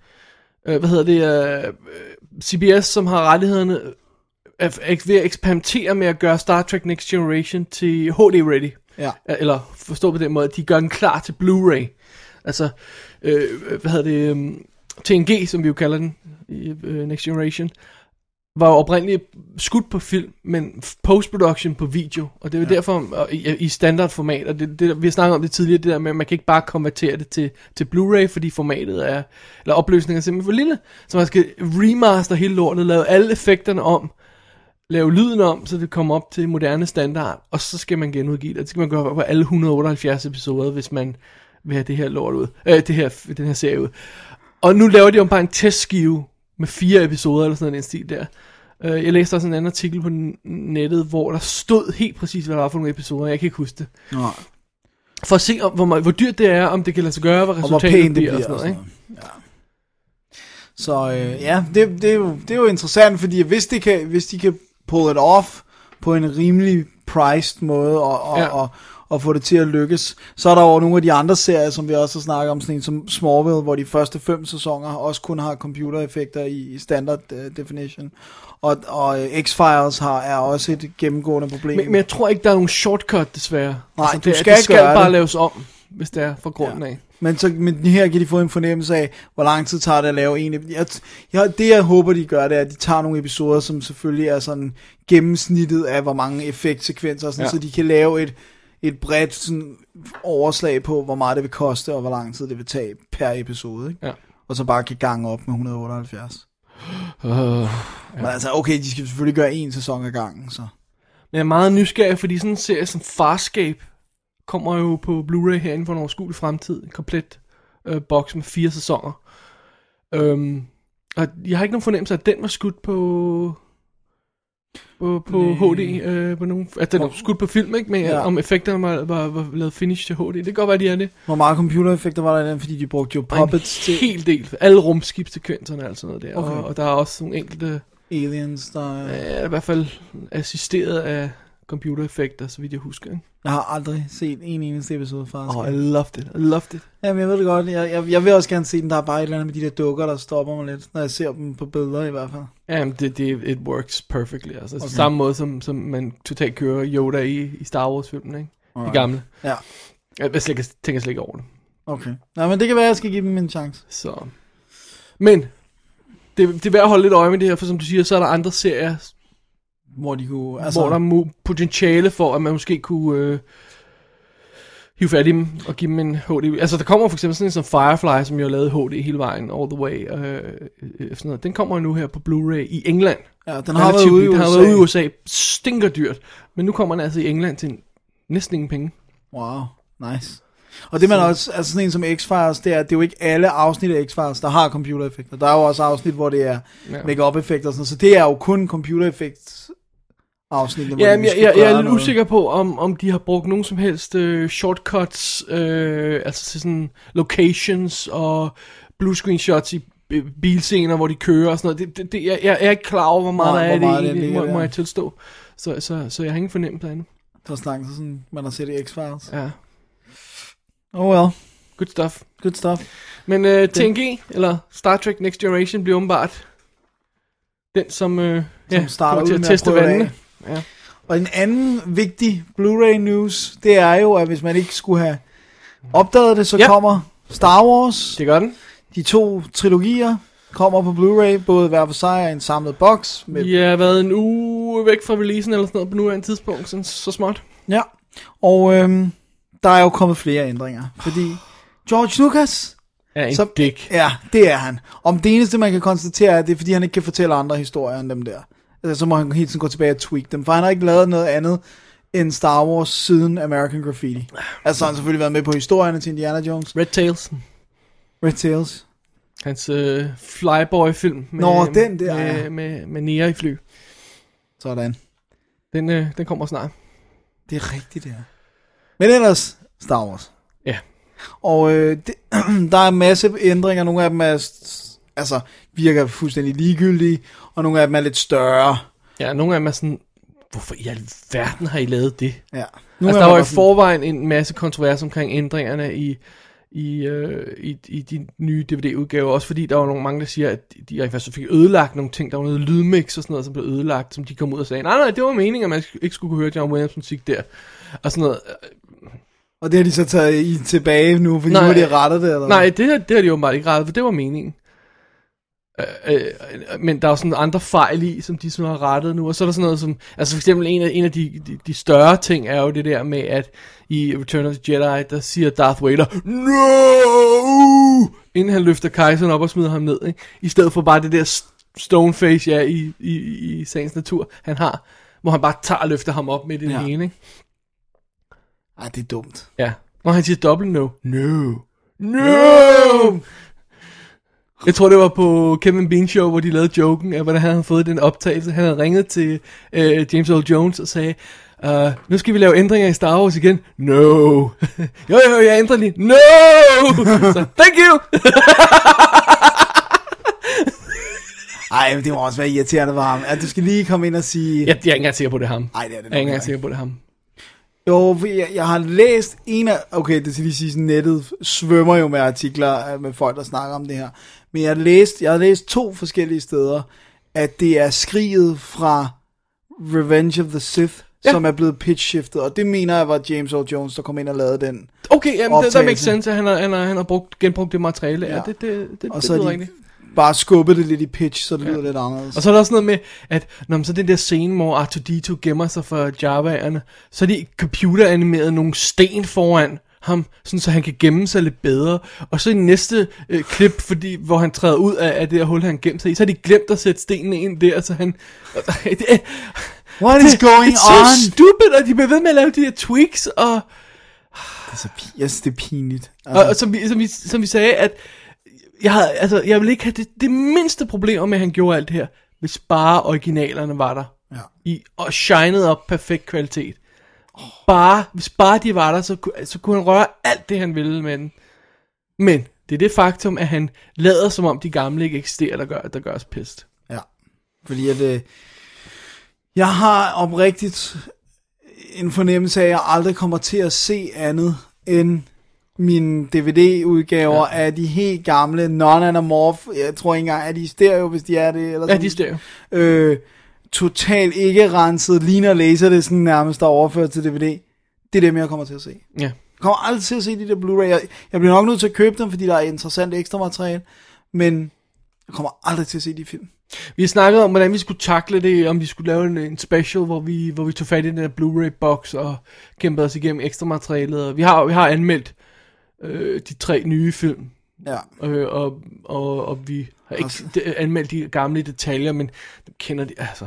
øh, hvad hedder det, øh, CBS, som har rettighederne, er, er ved at eksperimentere med at gøre Star Trek Next Generation til HD-ready. Ja. Øh, Eller forstå på den måde, at de gør den klar til Blu-ray. Altså, øh, hvad hedder det, øhm, TNG, som vi jo kalder den i øh, Next Generation, var jo oprindeligt skudt på film, men f- postproduction på video, og det er jo ja. derfor og i, i standardformat, og det, det, vi har snakket om det tidligere, det der med, at man kan ikke bare konvertere det til, til Blu-ray, fordi formatet er, eller opløsningen er simpelthen for lille, så man skal remaster hele lortet, lave alle effekterne om, lave lyden om, så det kommer op til moderne standard, og så skal man genudgive det, det skal man gøre på alle 178 episoder, hvis man vil have det her lort ud, øh, det her, den her serie ud. Og nu laver de jo bare en testskive med fire episoder eller sådan noget i den stil der. Øh, Jeg læste også en anden artikel på n- nettet, hvor der stod helt præcis, hvad der var for nogle episoder. Jeg kan ikke huske det. Nå, For at se, om, hvor, meget, hvor dyrt det er, om det kan lade sig gøre, hvad og hvor resultatet pænt det bliver. bliver. og sådan noget, ikke? noget. Ja. Så øh, ja, det, det, er jo, det er jo interessant, fordi hvis, det kan, hvis de kan pull it off på en rimelig priced måde og, og, ja. Ja. og, og få det til at lykkes, så er der jo nogle af de andre serier, som vi også har snakket om, sådan en som Smallville, hvor de første fem sæsoner også kun har computereffekter i, i standard uh, definition. Og, og øh, X-Files har, er også et gennemgående problem. Men, men jeg tror ikke, der er nogen shortcut, desværre. Nej, du det, skal det skal gøre bare det. laves om, hvis det er fra grunden ja. af. Men, så, men her kan de få en fornemmelse af, hvor lang tid tager det at lave en ep- jeg, jeg, Det jeg håber, de gør, det er, at de tager nogle episoder, som selvfølgelig er sådan gennemsnittet af, hvor mange effektsekvenser, og sådan, ja. Ja. så de kan lave et, et bredt sådan, overslag på, hvor meget det vil koste, og hvor lang tid det vil tage per episode. Ikke? Ja. Og så bare kan gange op med 178. Uh. Ja. Men altså, okay, de skal selvfølgelig gøre en sæson ad gangen, så. Men jeg er meget nysgerrig, fordi sådan en serie som Farscape kommer jo på Blu-ray herinde for en overskuelig fremtid. En komplet øh, boks med fire sæsoner. Øhm, og jeg har ikke nogen fornemmelse af, at den var skudt på på, på HD, øh, på nogen, at den var skudt på film, ikke? Men Ja. ja. om effekterne var, var, var lavet finish til HD. Det kan godt være, de er det. Hvor meget computereffekter var der i den, fordi de brugte jo Og en puppets til hel del. Alle rumskibsekvenserne og alt sådan noget der. Okay. Okay. Og, og, der er også nogle enkelte, aliens, der... øh, i hvert fald assisteret af computereffekter, så vidt jeg husker. Ikke? Jeg har aldrig set en eneste episode, faktisk. Oh, I loved it. I loved it. Jamen, jeg ved det godt. Jeg, jeg, jeg vil også gerne se den. Der er bare et eller andet med de der dukker, der stopper mig lidt, når jeg ser dem på billeder i hvert fald. Jamen, det, det, it works perfectly. Altså, okay. samme måde, som, som man totalt kører Yoda i, i Star Wars-filmen, ikke? Alright. De gamle. Ja, Jeg, jeg slet, ikke- tænker slet ikke over det. okay. Nej, men det kan være, jeg skal give dem en chance. Så. Men, det, det er værd at holde lidt øje med det her, for som du siger, så er der andre serier, Hvor de kunne... altså, hvor der er mu- potentiale for, at man måske kunne øh, hive fat i dem og give dem en HD. Altså, der kommer for eksempel sådan en som Firefly, som jo har lavet HD hele vejen, all the way, øh, øh, sådan noget. Den kommer jo nu her på Blu-ray i England. ja, den Den har været ude i Den USA. har været ude i USA. Stinker dyrt. Men nu kommer den altså i England til næsten ingen penge. Wow, nice. Og det man også, altså sådan en som X-Files, det er, det er jo ikke alle afsnit af X-Files, der har computereffekter. Der er jo også afsnit, hvor det er Ja. make-up effekter og sådan noget, så det er jo kun computereffekts afsnit. Ja, men jeg, jeg, jeg er lidt usikker på, om, om de har brugt nogen som helst øh, shortcuts, øh, altså til sådan locations og blue screen shots i øh, bilscener, hvor de kører og sådan noget. Det, det, det, jeg, jeg er ikke klar over, hvor meget Nej, der er hvor i det, meget der egentlig, ligger må, må der. jeg tilstå. Så, så, så jeg har ingen fornemmelse af det. Der er snakket sådan, man har set i X-Files. Ja, Oh well, good stuff. good stuff. Men øh, TNG, eller Star Trek Next Generation, bliver åbenbart den, som, øh, Som ja, starter kommer ud til med at teste prøve det af. vandene. Ja. Og en anden vigtig Blu-ray news, det er jo, at hvis man ikke skulle have opdaget det, så Ja. ja. kommer Star Wars. Det gør den. De to trilogier kommer på Blu-ray, både hver for sig og en samlet boks. Med, Vi har været en uge væk fra releasen eller sådan noget på nuværende tidspunkt, så, så smart. ja. Og øhm, der er jo kommet flere ændringer, fordi George Lucas, Ja, en Så- dick. ja, det er han. Om det eneste, man kan konstatere, er, at det er, fordi han ikke kan fortælle andre historier end dem der. Altså, så må han hele tiden gå tilbage og tweak dem, for han har ikke lavet noget andet end Star Wars siden American Graffiti. Altså, han har selvfølgelig været med på historierne til Indiana Jones, Red Tails. Red Tails, Hans øh, Flyboy-film. Med, Nå, den der, Med, ja. med, med Nia i fly. sådan. Den, øh, den kommer snart. Det er rigtigt, det er. Men ellers, Star Wars. Ja. Og øh, det, der er en masse ændringer. Nogle af dem er, s- altså, virker fuldstændig ligegyldige, og nogle af dem er lidt større. Ja, nogle af dem er sådan, hvorfor i alverden har I lavet det? Ja. Nu Nogle altså, af der dem var er i sådan- forvejen en masse kontrovers omkring ændringerne i, i, øh, i, i de nye DVD-udgaver. Også fordi der var nogle mange, der siger, at de rent faktisk fik ødelagt nogle ting. Der var noget lydmix og sådan noget, som blev ødelagt, som de kom ud og sagde, nej, nej, det var meningen, at man ikke skulle kunne høre John Williams musik der. Og sådan noget. Og det har de så taget i tilbage nu, fordi Nej. nu er det rettet det, eller Nej, det, her, det har de åbenbart ikke rettet, for det var meningen. Øh, øh, øh, men der er jo sådan andre fejl i, som de sådan har rettet nu, og så er der sådan noget som, altså for eksempel en af, en af de, de, de større ting er jo det der med, at i Return of the Jedi, der siger Darth Vader, no! Inden han løfter kejseren op og smider ham ned, ikke? i stedet for bare det der st- stone face, ja, i, i, i sagens natur, han har, hvor han bare tager og løfter ham op med det ja. Ja. ene, ikke? Ej, det er dumt. Ja. Når han siger dobbelt no. No. No! Jeg tror, det var på Kevin Bean Show, hvor de lavede joken af, hvordan han havde fået den optagelse. Han havde ringet til øh, James Earl Jones og sagde, øh, nu skal vi lave ændringer i Star Wars igen. No. jo, jo, jeg ændrer lige. No! Så, thank you! Ej, men det må også være irriterende for ham. At du skal lige komme ind og sige... jeg, jeg er ikke engang sikker på, det er ham. Ej, det er det Jeg er ikke nok engang sikker på, det er ham. Jo, for jeg, jeg har læst en af... Okay, det skal lige sige, sådan nettet svømmer jo med artikler øh, med folk, der snakker om det her. Men jeg har læst, jeg har læst to forskellige steder, at det er skriget fra Revenge of the Sith, Ja. ja. som er blevet pitchshiftet. Og det mener jeg var James Earl Jones, der kom ind og lavede den. Okay, jamen, det, der Optagelse. makes sense, at han har, han har, han har brugt, genbrugt det materiale. Ja, Ja. ja det, det, det, Og det, så lyder har de rigtigt. bare skubbet det lidt i pitch, så det ja. lyder lidt anderledes. Og så er der også noget med, at når man så den der scene, hvor R2-D2 gemmer sig for Java'erne, så er de computeranimeret nogle sten foran ham, sådan så han kan gemme sig lidt bedre. Og så i næste øh, klip, fordi, hvor han træder ud af, af det her hul, han gemte sig i, så har de glemt at sætte stenene ind der, så han... det er, What is going det er on? så stupid, og de bliver ved med at lave de der tweaks, og... Det er så Altså, pi- yes, det er pinligt. Altså, Og, og som, vi, som, vi, som vi sagde, at jeg, havde, altså, jeg ville ikke have det, det mindste problem med, at han gjorde alt det her, hvis bare originalerne var der. Ja. I, og shinede op perfekt kvalitet. Bare, hvis bare de var der, så, ku- så kunne han røre alt det, han ville med den. Men det er det faktum, at han lader som om de gamle ikke eksisterer, der gør, der gør os pest. Ja, fordi at, øh, jeg har oprigtigt en fornemmelse af, at jeg aldrig kommer til at se andet end mine DVD-udgaver ja. af de helt gamle non-anamorph, jeg tror ikke engang, er de i stereo, hvis de er det? Eller Ja, sådan. de stereo. Øh, totalt ikke renset, ligner laserdisken nærmest, der er overført til DVD. Det er dem, jeg kommer til at se. Ja. Jeg kommer aldrig til at se de der Blu-ray. Jeg, jeg bliver nok nødt til at købe dem, fordi der er interessant ekstra materiale, men jeg kommer aldrig til at se de film. Vi snakkede om, hvordan vi skulle takle det, om vi skulle lave en, en special, hvor vi, hvor vi tog fat i den der Blu-ray-box og kæmpede os igennem ekstra materialet. Og Vi har, vi har anmeldt øh, de tre nye film, Ja. øh, og, og, og vi har ikke Også- de, anmeldt de gamle i detaljer, men dem kender de, altså...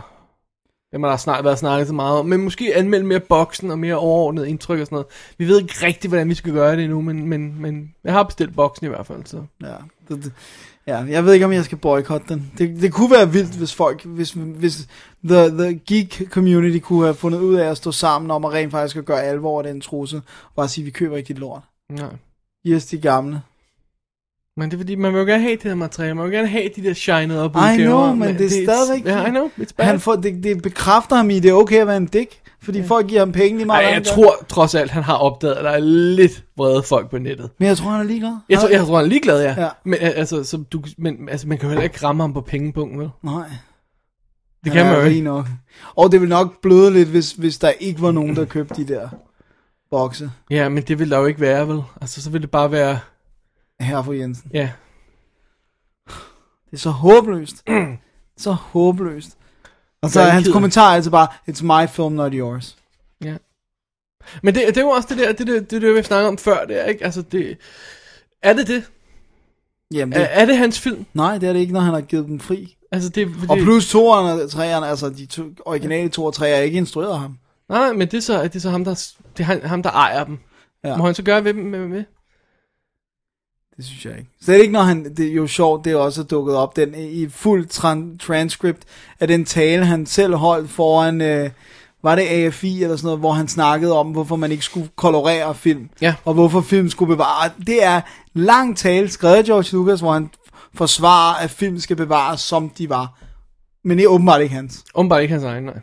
Dem har der snart været snakket så meget om. Men måske anmelde mere boksen og mere overordnet indtryk og sådan noget. Vi ved ikke rigtigt, hvordan vi skal gøre det endnu, men, men, men jeg har bestilt boksen i hvert fald. Så. Ja, det, det, ja, jeg ved ikke, om jeg skal boykotte den. Det, det kunne være vildt, hvis folk, hvis, hvis the, the geek community kunne have fundet ud af at stå sammen om at rent faktisk at gøre alvor af den trussel, og bare sige, vi køber ikke dit lort. Nej. Yes, de gamle. Men det er fordi, man vil jo gerne have det her materiale. Man vil gerne have de der shined op I know, men det er stadigvæk- Ja, yeah, I know. It's bad. Han får, det, det bekræfter ham i, det er okay at være en dick, fordi ja. folk giver ham penge lige Ej, meget. hvad han jeg gør. tror trods alt, han har opdaget, at der er lidt vrede folk på nettet. Men jeg tror, han er ligeglad. Jeg tror, jeg tror han er ligeglad, ja. Ja. ja. Men, al- altså, så du, men altså, man kan jo heller ikke ramme ham på pengepunkten, vel? Nej. Det kan man jo ikke. Nok. Og det vil nok bløde lidt, hvis, hvis der ikke var nogen, der købte de der bokse. Ja, men det vil der jo ikke være, vel? Altså, så vil det bare være... Her for Jensen. Ja, Det er så håbløst. så håbløst. Og så Jeg er er hans ked af- kommentar altså bare, it's my film, not yours. ja. Men det, det er jo også det der, det, det, det, det vi snakkede om før, det er ikke, altså det... Er det det? Jamen, det, Er, er det hans film? nej, det er det ikke, når han har givet dem fri. Altså det, det Og plus toeren og træerne, altså de to, originale to og tre er ikke instrueret af ham. Nej, men det er så, det er så ham, der, det er han, ham, der ejer dem. Ja. Ja. Må han så gøre ved dem? Med, med? Det synes jeg ikke. Slet ikke, når han, det er jo sjovt, det er også dukket op, den i fuld tran- transcript af den tale, han selv holdt foran, øh, var det AFI eller sådan noget, hvor han snakkede om, hvorfor man ikke skulle kolorere film, Ja. og hvorfor film skulle bevare. Det er lang tale, skrevet af George Lucas, hvor han forsvarer, at film skal bevares, som de var. Men det er åbenbart ikke hans. Åbenbart ikke hans egen, nej.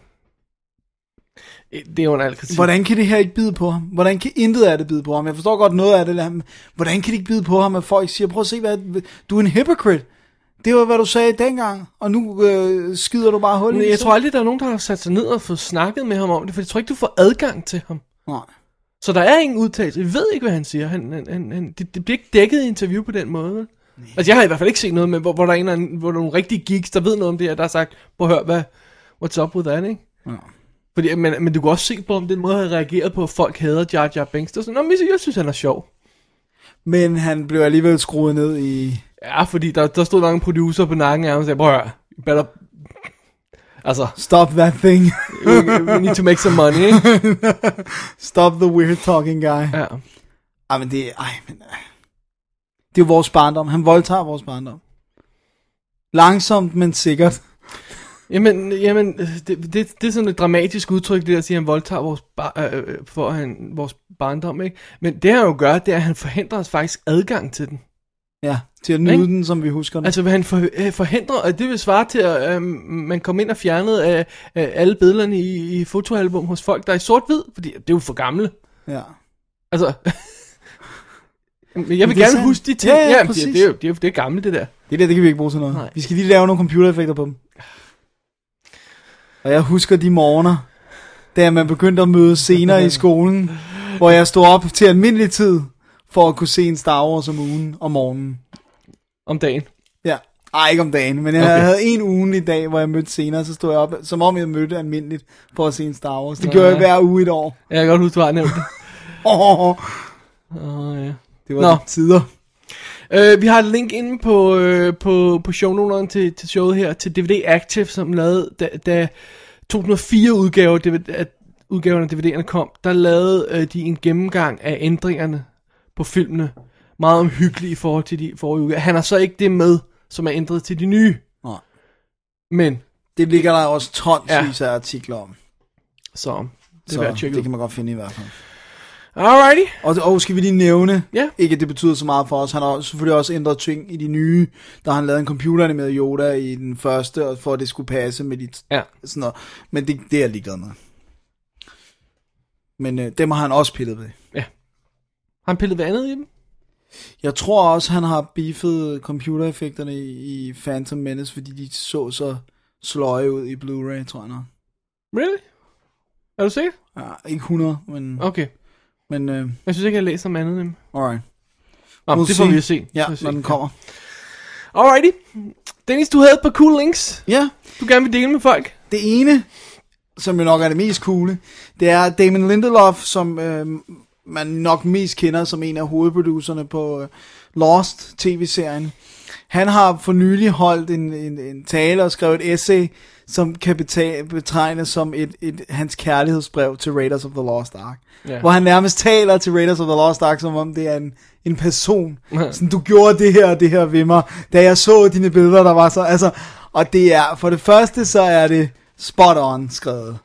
Det er under al kritik. Hvordan kan det her ikke bide på ham? Hvordan kan intet af det bide på ham? Jeg forstår godt noget af det, men hvordan kan det ikke bide på ham, at folk siger, prøv at se, hvad, du er en hypocrite. Det var, hvad du sagde dengang, og nu øh, skider du bare hul i Men det. jeg tror aldrig, der er nogen, der har sat sig ned og fået snakket med ham om det, for jeg tror ikke, du får adgang til ham. Nej. Så der er ingen udtalelse. Vi ved ikke, hvad han siger. Han, han, han, han, det, det bliver ikke dækket i interview på den måde. vel? Altså, jeg har i hvert fald ikke set noget med, hvor, hvor der er en eller anden, hvor der er nogle rigtige geeks, der ved noget om det her, der har sagt, prøv at høre, hvad, what's up with that, ikke? Ja. Fordi, men, men du kan også se på, om den måde, han reagerede på, at folk hader Jar Jar Binks. Det er sådan, Nå, men jeg synes, han er sjov. Men han blev alligevel skruet ned i... Ja, fordi der, der stod nok en producer på nakken af ham og sagde, prøv at høre, you better... Altså, Stop that thing. you, you need to make some money, ikke? Stop the weird talking guy. Ja. Ej, men det, ej, men, øh. det er jo vores barndom. Han voldtager vores barndom. Langsomt, men sikkert. Jamen, jamen øh, det, det, det er sådan et dramatisk udtryk, det der at sige, at han voldtager vores, bar, øh, øh, for han, vores barndom, ikke? Men det han jo gør, det er, at han forhindrer os faktisk adgang til den. Ja, til at nyde Ikke? den, som vi husker den. Altså, hvad han for, øh, forhindrer, og det vil svare til, at øh, man kom ind og fjernede øh, øh, alle billederne i, i fotoalbum hos folk, der er i sort-hvid, fordi det er jo for gamle. Ja. Altså, men jeg vil det er gerne sandt. huske de ting. Ja, ja, Jamen, præcis. det, det, er jo, det, er, jo- det er gammelt, det der. Det der, det kan vi ikke bruge til noget. Nej. Nej. Vi skal lige lave nogle computereffekter på dem. Og jeg husker de morgener, da man begyndte at møde senere i skolen, hvor jeg stod op til almindelig tid, for at kunne se en Star Wars om ugen om morgenen. Om dagen. Ja, ej ikke om dagen, men jeg Okay. okay. havde en ugen i dag, hvor jeg mødte senere, så stod jeg op, som om jeg mødte almindeligt, for at se en Star Wars. Det gjorde jeg Ja. hver uge et år. Jeg kan godt huske, du har nævnt det. Oh, Åh, ja. det var Nå. de tider. Øh, vi har et link inde på, øh, på, på shownoteren til, til showet her, til DVD Active, som lavede, da, da 2004 udgave, DVD, at udgaven af DVD'erne kom, der lavede øh, de en gennemgang af ændringerne på filmene. Meget omhyggelig i forhold til de forrige udgaver. Han har så ikke det med, som er ændret til de nye. Nej. Men, Det ligger der også tonsvis af artikler om, så det er så værd at tjekke det kan ud. man godt finde i hvert fald. Alrighty. Og, og skal vi lige nævne, Ja. ikke at det betyder så meget for os, han har selvfølgelig også ændret ting i de nye, der har han lavet en computeranimeret Yoda i den første, og for at det skulle passe med de Ja. sådan noget. Men det, det er jeg ligeglad med. Men øh, dem har han også pillet ved. Har han pillet ved andet i dem? Jeg tror også, han har beefet computereffekterne i, i Phantom Menace, fordi de så så sløje ud i Blu-ray, tror jeg nok. Really? Er du sikker? Ja, ikke 100, men, okay. Okay. men øh, Jeg synes ikke, jeg læser om andet end dem. alright. Nå, We'll det får see. vi at se. Ja, Får vi at se. når den kommer. Alrighty. Dennis, du havde et par cool links, Ja, du gerne vil dele med folk. Det ene, som jo nok er det mest coole, det er Damon Lindelof, som øh, man nok mest kender som en af hovedproducerne på øh, Lost tv-serien. Han har for nylig holdt en, en, en tale og skrevet et essay, som kan beta- betegnes som et, et, hans kærlighedsbrev til Raiders of the Lost Ark. Ja. Yeah. Hvor han nærmest taler til Raiders of the Lost Ark, som om det er en, en person. Sådan, du gjorde det her og det her ved mig, da jeg så dine billeder, der var så... Altså, og det er, for det første, så er det spot on skrevet.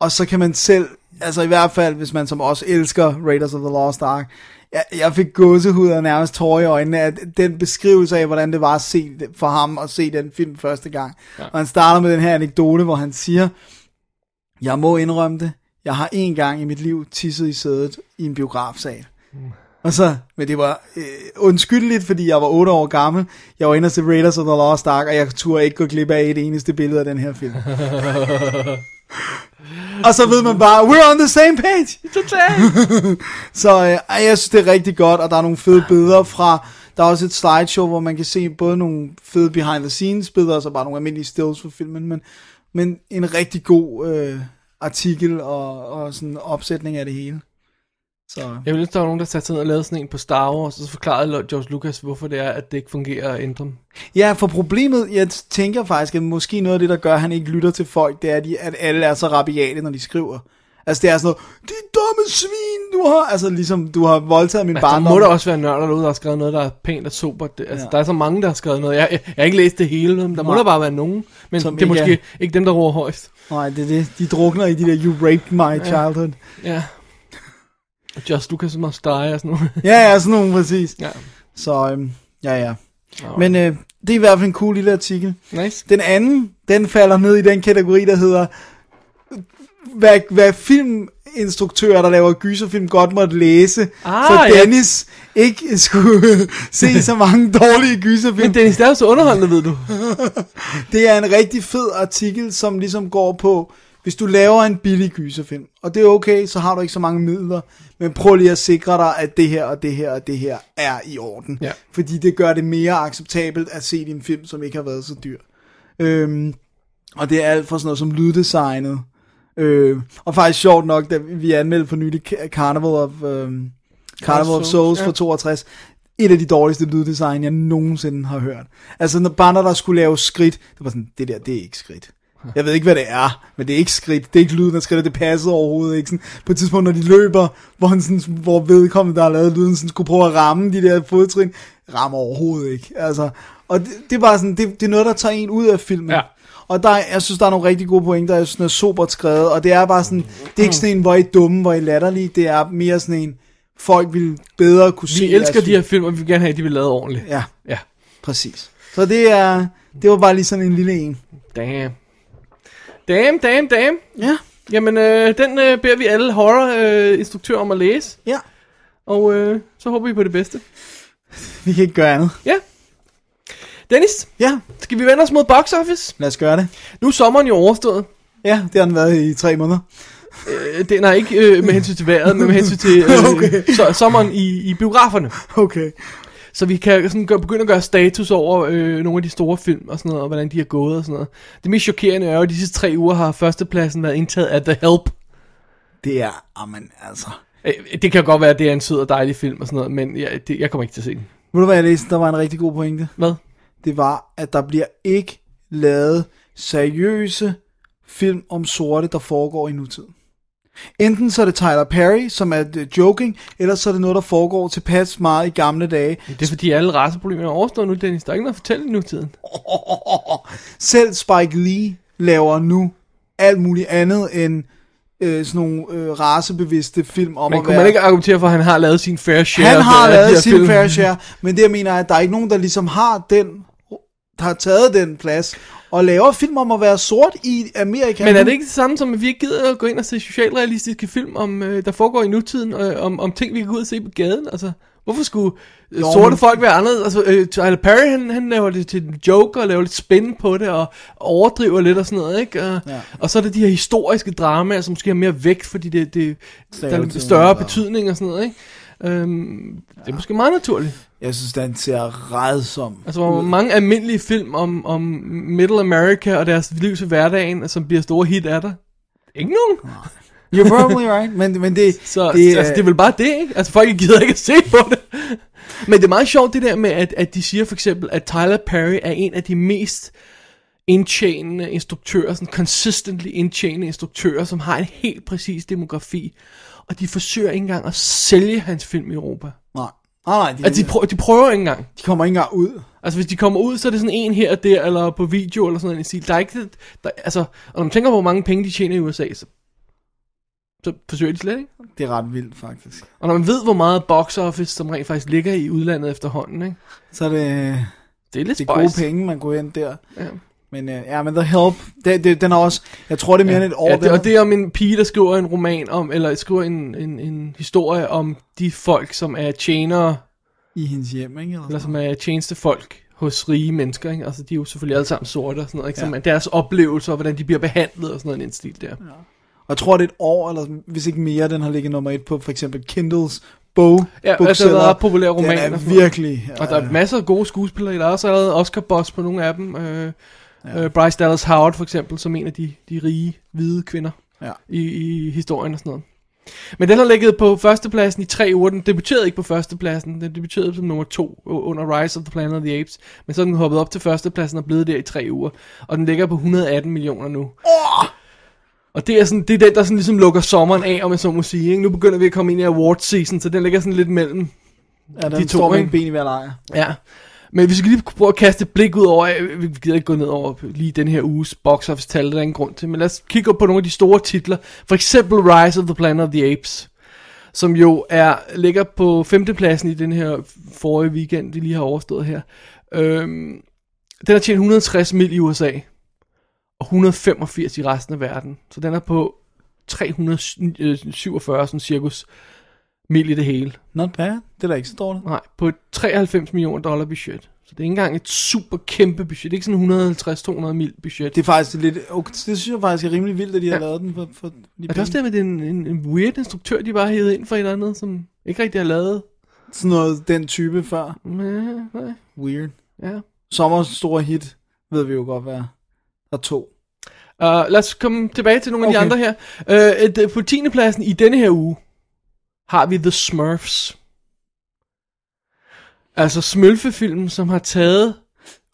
Og så kan man selv, altså i hvert fald, hvis man som os elsker Raiders of the Lost Ark, jeg, jeg fik gåsehud og nærmest tårer i øjnene, at den beskrivelse af, hvordan det var at se, det- for ham at se den film første gang. Ja. Og han starter med den her anekdote, hvor han siger, jeg må indrømme det, jeg har en gang i mit liv tisset i sædet i en biografsal. Og så, men det var øh, undskyldeligt, fordi jeg var 8 år gammel. Jeg var inde og se Raiders of the Lost Ark, og jeg turde ikke gå glip af et eneste billede af den her film. og så ved man bare, we're on the same page! Så øh, ej, jeg synes, det er rigtig godt, og der er nogle fede billeder fra... Der er også et slideshow, hvor man kan se både nogle fede behind-the-scenes billeder, og så bare nogle almindelige stills for filmen, men, men en rigtig god øh, artikel og, og sådan en opsætning af det hele. Så Jeg vil ønske, der var nogen, der satte sig ned og lavede sådan en på Star Wars, og så forklarede George Lucas, hvorfor det er, at det ikke fungerer at ændre dem. ja, for problemet, jeg tænker faktisk, at måske noget af det, der gør, at han ikke lytter til folk, det er, at de- at alle er så rabiate, når de skriver. Altså det er sådan noget, det dumme svin, du har, altså ligesom du har voldtaget min Altså, der barndom. må der også være nørder derude, der har skrevet noget, der er pænt og sobert. Det- Altså, ja. Ja. Der er så mange, der har skrevet noget. Jeg, jeg, jeg har ikke læst det hele, men der må Nej. der bare være nogen. Men Som Som det er ikke måske ikke dem, der roer højst. Nej, det er det. De drukner i de der, you raped my childhood. Ja. George Lucas must die og sådan noget. Ja, ja, sådan nogen præcis. ja. Så øhm, ja, ja. Alright. Men øh, det er i hvert fald en cool lille artikel. Nice. Den anden, den falder ned i den kategori, der hedder, hvad, hvad filminstruktører, der laver gyserfilm, godt måtte læse. Ah, så ja. Dennis ja. ikke skulle se så mange dårlige gyserfilm. Men Dennis, det er jo så underholdende, ved du. Det er en rigtig fed artikel, som ligesom går på, hvis du laver en billig gyserfilm, og det er okay, så har du ikke så mange midler, men prøv lige at sikre dig, at det her og det her og det her er i orden. Ja. Fordi det gør det mere acceptabelt at se din film, som ikke har været så dyr. Øhm, og det er alt fra sådan noget som lyddesignet. Øh, og faktisk sjovt nok, da vi anmeldte for nylig Ca- Carnival of, øhm, Carnival of Souls, Souls ja. fra 62, et af de dårligste lyddesign, jeg nogensinde har hørt. Altså, når, bare når der skulle lave skridt, det var sådan, det der, det er ikke skridt. Jeg ved ikke, hvad det er, men det er ikke skridt. Det er ikke lyden af skridt, og det passer overhovedet ikke. Sådan, på et tidspunkt, når de løber, hvor, han sådan, hvor vedkommende, der har lavet lyden, sådan, skulle prøve at ramme de der fodtrin, rammer overhovedet ikke. Altså, og det, det, er bare sådan, det, det er noget, der tager en ud af filmen. Ja. Og der, jeg synes, der er nogle rigtig gode pointer, jeg synes, den er sobert skrevet, og det er bare sådan, det er ikke sådan en, hvor I er dumme, hvor I er latterlige, det er mere sådan en, folk vil bedre kunne se. Vi elsker jeres de her film, og vi vil gerne have, at de bliver lavet ordentligt. film. Ja, Ja. præcis. Så det er, det var bare lige sådan en lille en. Damn. Damn, damn, damn. Ja, Jamen, øh, den øh, beder vi alle horror-instruktører øh, om at læse. ja. Og øh, så håber vi på det bedste. Vi kan ikke gøre andet. Ja. Dennis, Ja, skal vi vende os mod box office? lad os gøre det. Nu er sommeren jo overstået. Ja, det har den været i tre måneder. Øh, det, nej, ikke øh, med hensyn til vejret, men med hensyn til øh, okay. so, sommeren i, i biograferne. Okay. Så vi kan sådan gøre, begynde at gøre status over øh, nogle af de store film og sådan noget, og hvordan de er gået og sådan noget. Det mest chokerende er jo, at de sidste tre uger har førstepladsen været indtaget af The Help. Det er, amen, altså. Øh, det kan godt være, at det er en sød og dejlig film og sådan noget, men jeg, det, jeg kommer ikke til at se den. Ved du hvad jeg læste, der var en rigtig god pointe? Hvad? Det var, at der bliver ikke lavet seriøse film om sorte, der foregår i nutiden. Enten så er det Tyler Perry, som er øh, joking, eller så er det noget, der foregår tilpas meget i gamle dage. Det er fordi alle raceproblemer er overstået nu, Dennis. Der er ikke noget at fortælle i nutiden. Selv Spike Lee laver nu alt muligt andet end øh, sådan nogle øh, racebevidste film om Men at kunne være... man ikke argumentere for, at han har lavet sin fair share? Han har af de her lavet sin film? fair share, men det jeg mener er, at der er ikke nogen, der ligesom har den, der har taget den plads, og laver film om at være sort i Amerika. Men er det ikke det samme som, at vi ikke gider at gå ind og se socialrealistiske film, om, øh, der foregår i nutiden, og om, om ting, vi kan gå ud og se på gaden? Altså, hvorfor skulle øh, Jo, sorte men- folk være anderledes? Altså, øh, Tyler Perry, han, han laver det til en joke, og laver lidt spændende på det, og overdriver lidt og sådan noget, ikke? Og, Ja. ja. og så er det de her historiske dramaer, som måske har mere vægt, fordi det, det, der er lidt Stereotyper. større betydning og sådan noget, ikke? Øhm, det er måske meget naturligt. Jeg synes, den ser redsom. Altså, hvor mange almindelige film om, om Middle America og deres liv til hverdagen, som bliver store hit af dig. Ikke nogen. You're probably right, men, men det, Så det, det, altså, det er vel bare det, ikke? Altså, folk gider ikke at se på det. Men det er meget sjovt det der med, at, at de siger for eksempel, at Tyler Perry er en af de mest indtjenende instruktører, sådan consistently indtjenende instruktører, som har en helt præcis demografi. Og de forsøger ikke engang at sælge hans film i Europa. Nej. Nej, nej, de, Altså, de, prøver, de prøver ikke engang. de kommer ikke engang ud. Altså, hvis de kommer ud, så er det sådan en her og der, eller på video, eller sådan en stil. Der er ikke... Der, altså, og når man tænker på, hvor mange penge de tjener i USA, så, så forsøger de slet ikke. Det er ret vildt, faktisk. Og når man ved, hvor meget box office, som rent faktisk ligger i udlandet efterhånden, ikke? Så er det... øh, Det er lidt det er gode spøjst. penge, man kunne hente der. Ja. Men øh, ja, men The Help, det, det, den er også, jeg tror det er mere ja. end et år. Ja, det, den og det er om en pige, der skriver en roman om, eller skriver en, en, en historie om de folk, som er tjenere, I hendes hjem, ikke? Eller eller sådan. som er tjenestefolk hos rige mennesker, ikke? Altså, de er jo selvfølgelig alle sammen sorte og sådan noget, ikke? Så man, deres oplevelser, og hvordan de bliver behandlet og sådan noget, i den stil der. Og jeg tror det er et år, eller sådan, hvis ikke mere, den har ligget nummer et på for eksempel Kindles bog. Ja, altså, booksælger. der er populære romaner Den og er sådan noget. virkelig. Ja, Og der er masser af gode skuespillere. Der er også allerede Oscar Boss på nogle af dem. Øh, ja. øh, Bryce Dallas Howard for eksempel, som en af de, de rige, hvide kvinder Ja. i, i historien og sådan noget. Men den har ligget på førstepladsen i tre uger. Den debuterede ikke på førstepladsen. Den debuterede som nummer to u- under Rise of the Planet of the Apes. Men så er den hoppet op til førstepladsen og blevet der i tre uger. Og den ligger på 118 millioner nu. Og det er, sådan, det er den, der sådan ligesom lukker sommeren af, om man så må sige. Ikke? Nu begynder vi at komme ind i awards season, så den ligger sådan lidt mellem ja, den de de to, står med en ikke? ben i hver lejr. Ja. Men hvis vi skal lige prøve at kaste et blik ud over, øh, vi gider ikke gå ned over lige den her uges box office tal, der er ingen grund til, men lad os kigge på nogle af de store titler. For eksempel Rise of the Planet of the Apes, som jo er ligger på femtepladsen i den her forrige weekend, de lige har overstået her. Øhm, den har tjent 160 mil i USA, og 185 i resten af verden. Så den er på 347, øh, sådan cirkus, mil i det hele. Not bad. Det er da ikke så dårligt. Nej, på et 93 millioner dollar budget. Så det er ikke engang et super kæmpe budget. Det er ikke sådan 150-200 mil budget. Det er faktisk lidt, okay, det synes jeg faktisk er rimelig vildt, at de har Ja. lavet den for, for de er det penge. også det med det er en, en, en weird instruktør, de bare hævede ind for et eller andet, som ikke rigtig har lavet? Sådan noget, den type før. Men, nej, Weird. ja. Sommers store hit, ved vi jo godt, hvad er. Der er to. Uh, lad os komme tilbage til nogle af de Okay. andre her. Uh, et, øh, på 10. pladsen i denne her uge har vi The Smurfs. Altså Smølfefilmen, som har taget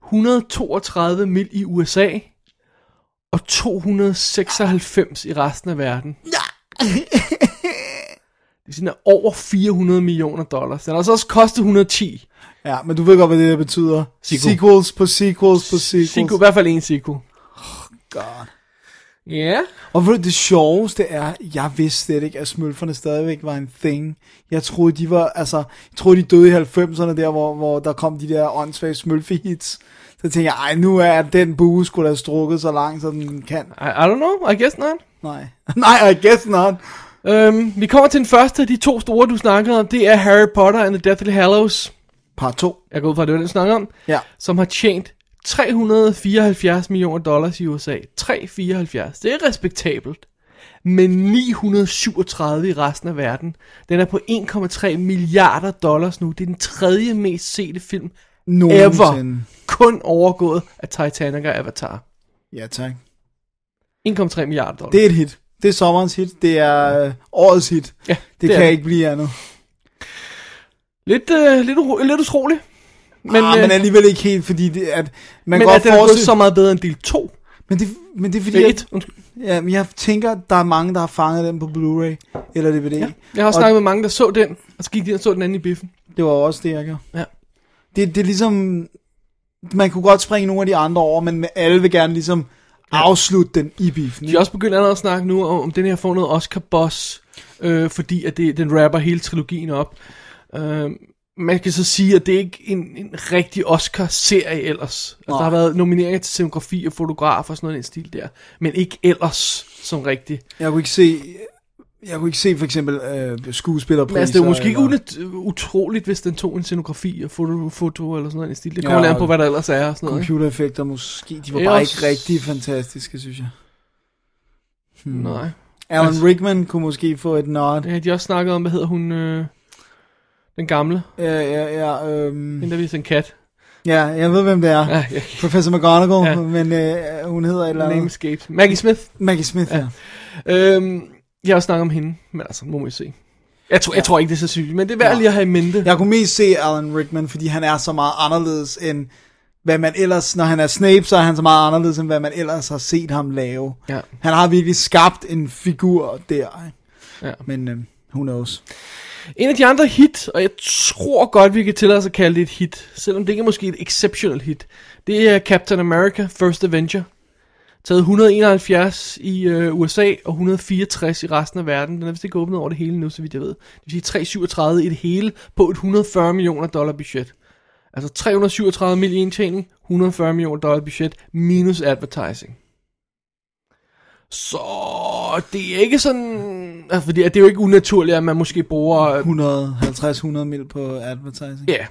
132 mil i USA og 296 i resten af verden. Ja. Det er sådan at over 400 millioner dollars. Den har altså også kostet 110. Ja, men du ved godt, hvad det der betyder. Sequel. Sequels på sequels på sequels. Sequel, I hvert fald en sequel. God. Ja. Yeah. Og ved du, det sjoveste er, jeg vidste slet ikke, at smølferne stadigvæk var en thing. Jeg troede, de var, altså, jeg troede, de døde i 90'erne der, hvor, hvor der kom de der åndssvage smølfe-hits. Så tænkte jeg, ej, nu er den bue skulle have strukket så langt, så den kan. I, I don't know. I guess not. Nej. Nej, I guess not. Øhm, vi kommer til den første af de to store, du snakkede om. Det er Harry Potter and the Deathly Hallows. Part 2. Jeg går ud fra, at det var den, du snakkede om. Ja. Som har tjent 374 millioner dollars i USA. 374. Det er respektabelt. Men 937 i resten af verden. Den er på 1,3 milliarder dollars nu. Det er den tredje mest sete film ever. Nogensinde. Kun overgået af Titanic og Avatar. Ja, tak. 1,3 milliarder dollars. Det er et hit. Det er sommerens hit. Det er øh, årets hit. ja, Det, er det kan ikke blive andet. Lidt, øh, lidt, uro- lidt utroligt. Men, Men, ah, øh, men alligevel ikke helt, fordi det, at man Men godt at den er gået forestille... så meget bedre end del 2. Men det, men det er fordi, Del at, 1, undskyld. ja, men jeg tænker, at der er mange, der har fanget den på Blu-ray eller DVD. Ja. Jeg har også Og- snakket med mange, der så den, og så gik de og så den anden i biffen. Det var også det, jeg gjorde. Ja. Det, det er ligesom... Man kunne godt springe nogle af de andre over, men alle vil gerne ligesom afslutte den i biffen. De er ikke? også begyndt allerede at snakke nu om, om den her får noget Oscar Boss, øh, fordi at det, den rapper hele trilogien op. Øh, man kan så sige, at det er ikke en, en rigtig Oscar-serie ellers. Altså, Nej. der har været nomineringer til scenografi og fotograf og sådan noget i den stil der, men ikke ellers som rigtigt. Jeg kunne ikke se... Jeg kunne ikke se for eksempel øh, skuespillerpriser. Men altså, det er jo måske ikke eller- unet, utroligt, hvis den tog en scenografi og foto, foto eller sådan noget i den stil. Det Ja, kommer ja, og- an på, hvad der ellers er og sådan noget. ikke? Computereffekter måske, de var Det er bare også- ikke rigtig fantastiske, synes jeg. Hmm. Nej. Alan Altså- Rickman kunne måske få et nod. Ja, de har også snakket om, hvad hedder hun, øh, den gamle, Ja, ja, ja, øhm, hende der viser en kat. ja, jeg ved, hvem det er. Ah, ja. Professor McGonagall, Ja. ja. men øh, hun hedder et eller Name andet. escapes. Maggie Smith. Maggie Smith, ja. Øhm, jeg har også snakket om hende, men altså, nu må vi se. Jeg tror, jeg tror ikke, det er så sygt, men det er værd lige at have i mente. Jeg kunne mest se Alan Rickman, fordi han er så meget anderledes end hvad man ellers, når han er Snape, så er han så meget anderledes, end hvad man ellers har set ham lave. Ja. Han har virkelig skabt en figur der. Ja. Men øh, who knows. En af de andre hit, og jeg tror godt, vi kan tillade os at kalde det et hit, selvom det ikke er måske et exceptional hit, det er Captain America First Avenger. Taget 171 i øh, USA og 164 i resten af verden. Den er vist ikke åbnet over det hele nu, så vidt jeg ved. Det vil sige 337 i det hele på et 140 millioner dollar budget. Altså 337 million indtjening, 140 millioner dollar budget, minus advertising. Så det er ikke sådan... Altså, fordi at det er jo ikke unaturligt, at man måske bruger... øh, 150-100 mil på advertising. Ja,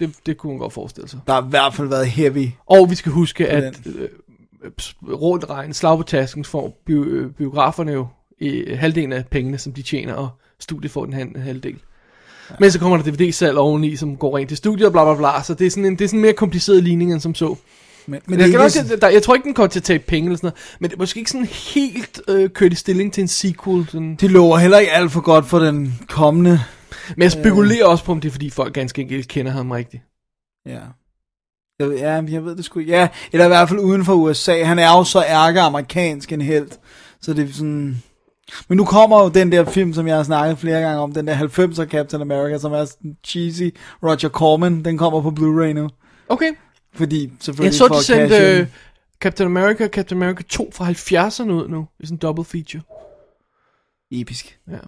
det, det kunne man godt forestille sig. Der har i hvert fald været heavy. Og vi skal huske, at øh, rundt regn, slag på tasken, får bi- øh, biograferne jo i halvdelen af pengene, som de tjener, og studiet får den han- halvdel. Ja. Men så kommer der DVD-salg oveni, som går rent til studiet og bla bla bla, så det er sådan en, det er sådan en mere kompliceret ligning end som så. Men, Men jeg, det skal er ikke nok, sådan- til- der, jeg tror ikke, den kommer til at tage penge eller sådan noget, men det er måske ikke sådan helt øh, kørt i stilling til en sequel. Sådan. Det lover heller ikke alt for godt for den kommende. Men Øh. jeg spekulerer også på, om det er, fordi folk ganske enkelt ikke kender ham rigtigt. Ja. Jeg ved, ja, jeg ved det sgu ikke. Ja, eller i hvert fald uden for USA. Han er jo så ærke-amerikansk en held. Så det er sådan... Men nu kommer jo den der film, som jeg har snakket flere gange om, den der 90'er Captain America, som er sådan cheesy. Roger Corman, den kommer på Blu-ray nu. Okay. Fordi Jeg selvfølgelig så, for de at cashe sendte ind. øh, Captain America og Captain America 2 fra 70'erne ud nu. Det er sådan en double feature. Episk. Ja.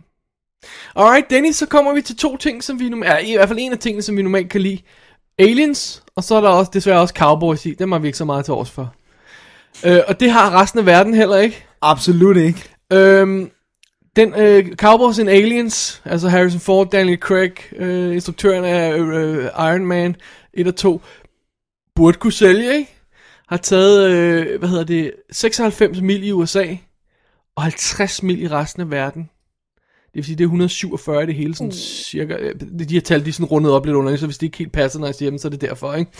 Alright, Dennis, så kommer vi til to ting, som vi normalt... Ja, i hvert fald en af tingene, som vi normalt kan lide. Aliens, og så er der også, desværre også Cowboys i. Dem har vi ikke så meget til års for. Øh, og det har resten af verden heller ikke. Absolut ikke. Øhm, den, øh, Cowboys and Aliens, altså Harrison Ford, Daniel Craig, øh, instruktøren af øh, Iron Man 1 og 2, burde kunne sælge, ikke? Har taget, øh, hvad hedder det, 96 mil i USA, og 50 mil i resten af verden. Det vil sige, det er 147 i det hele, sådan mm. cirka. Øh, De her tal, de er sådan rundet op lidt under, så hvis det ikke helt passer, når jeg siger dem, så er det derfor, ikke?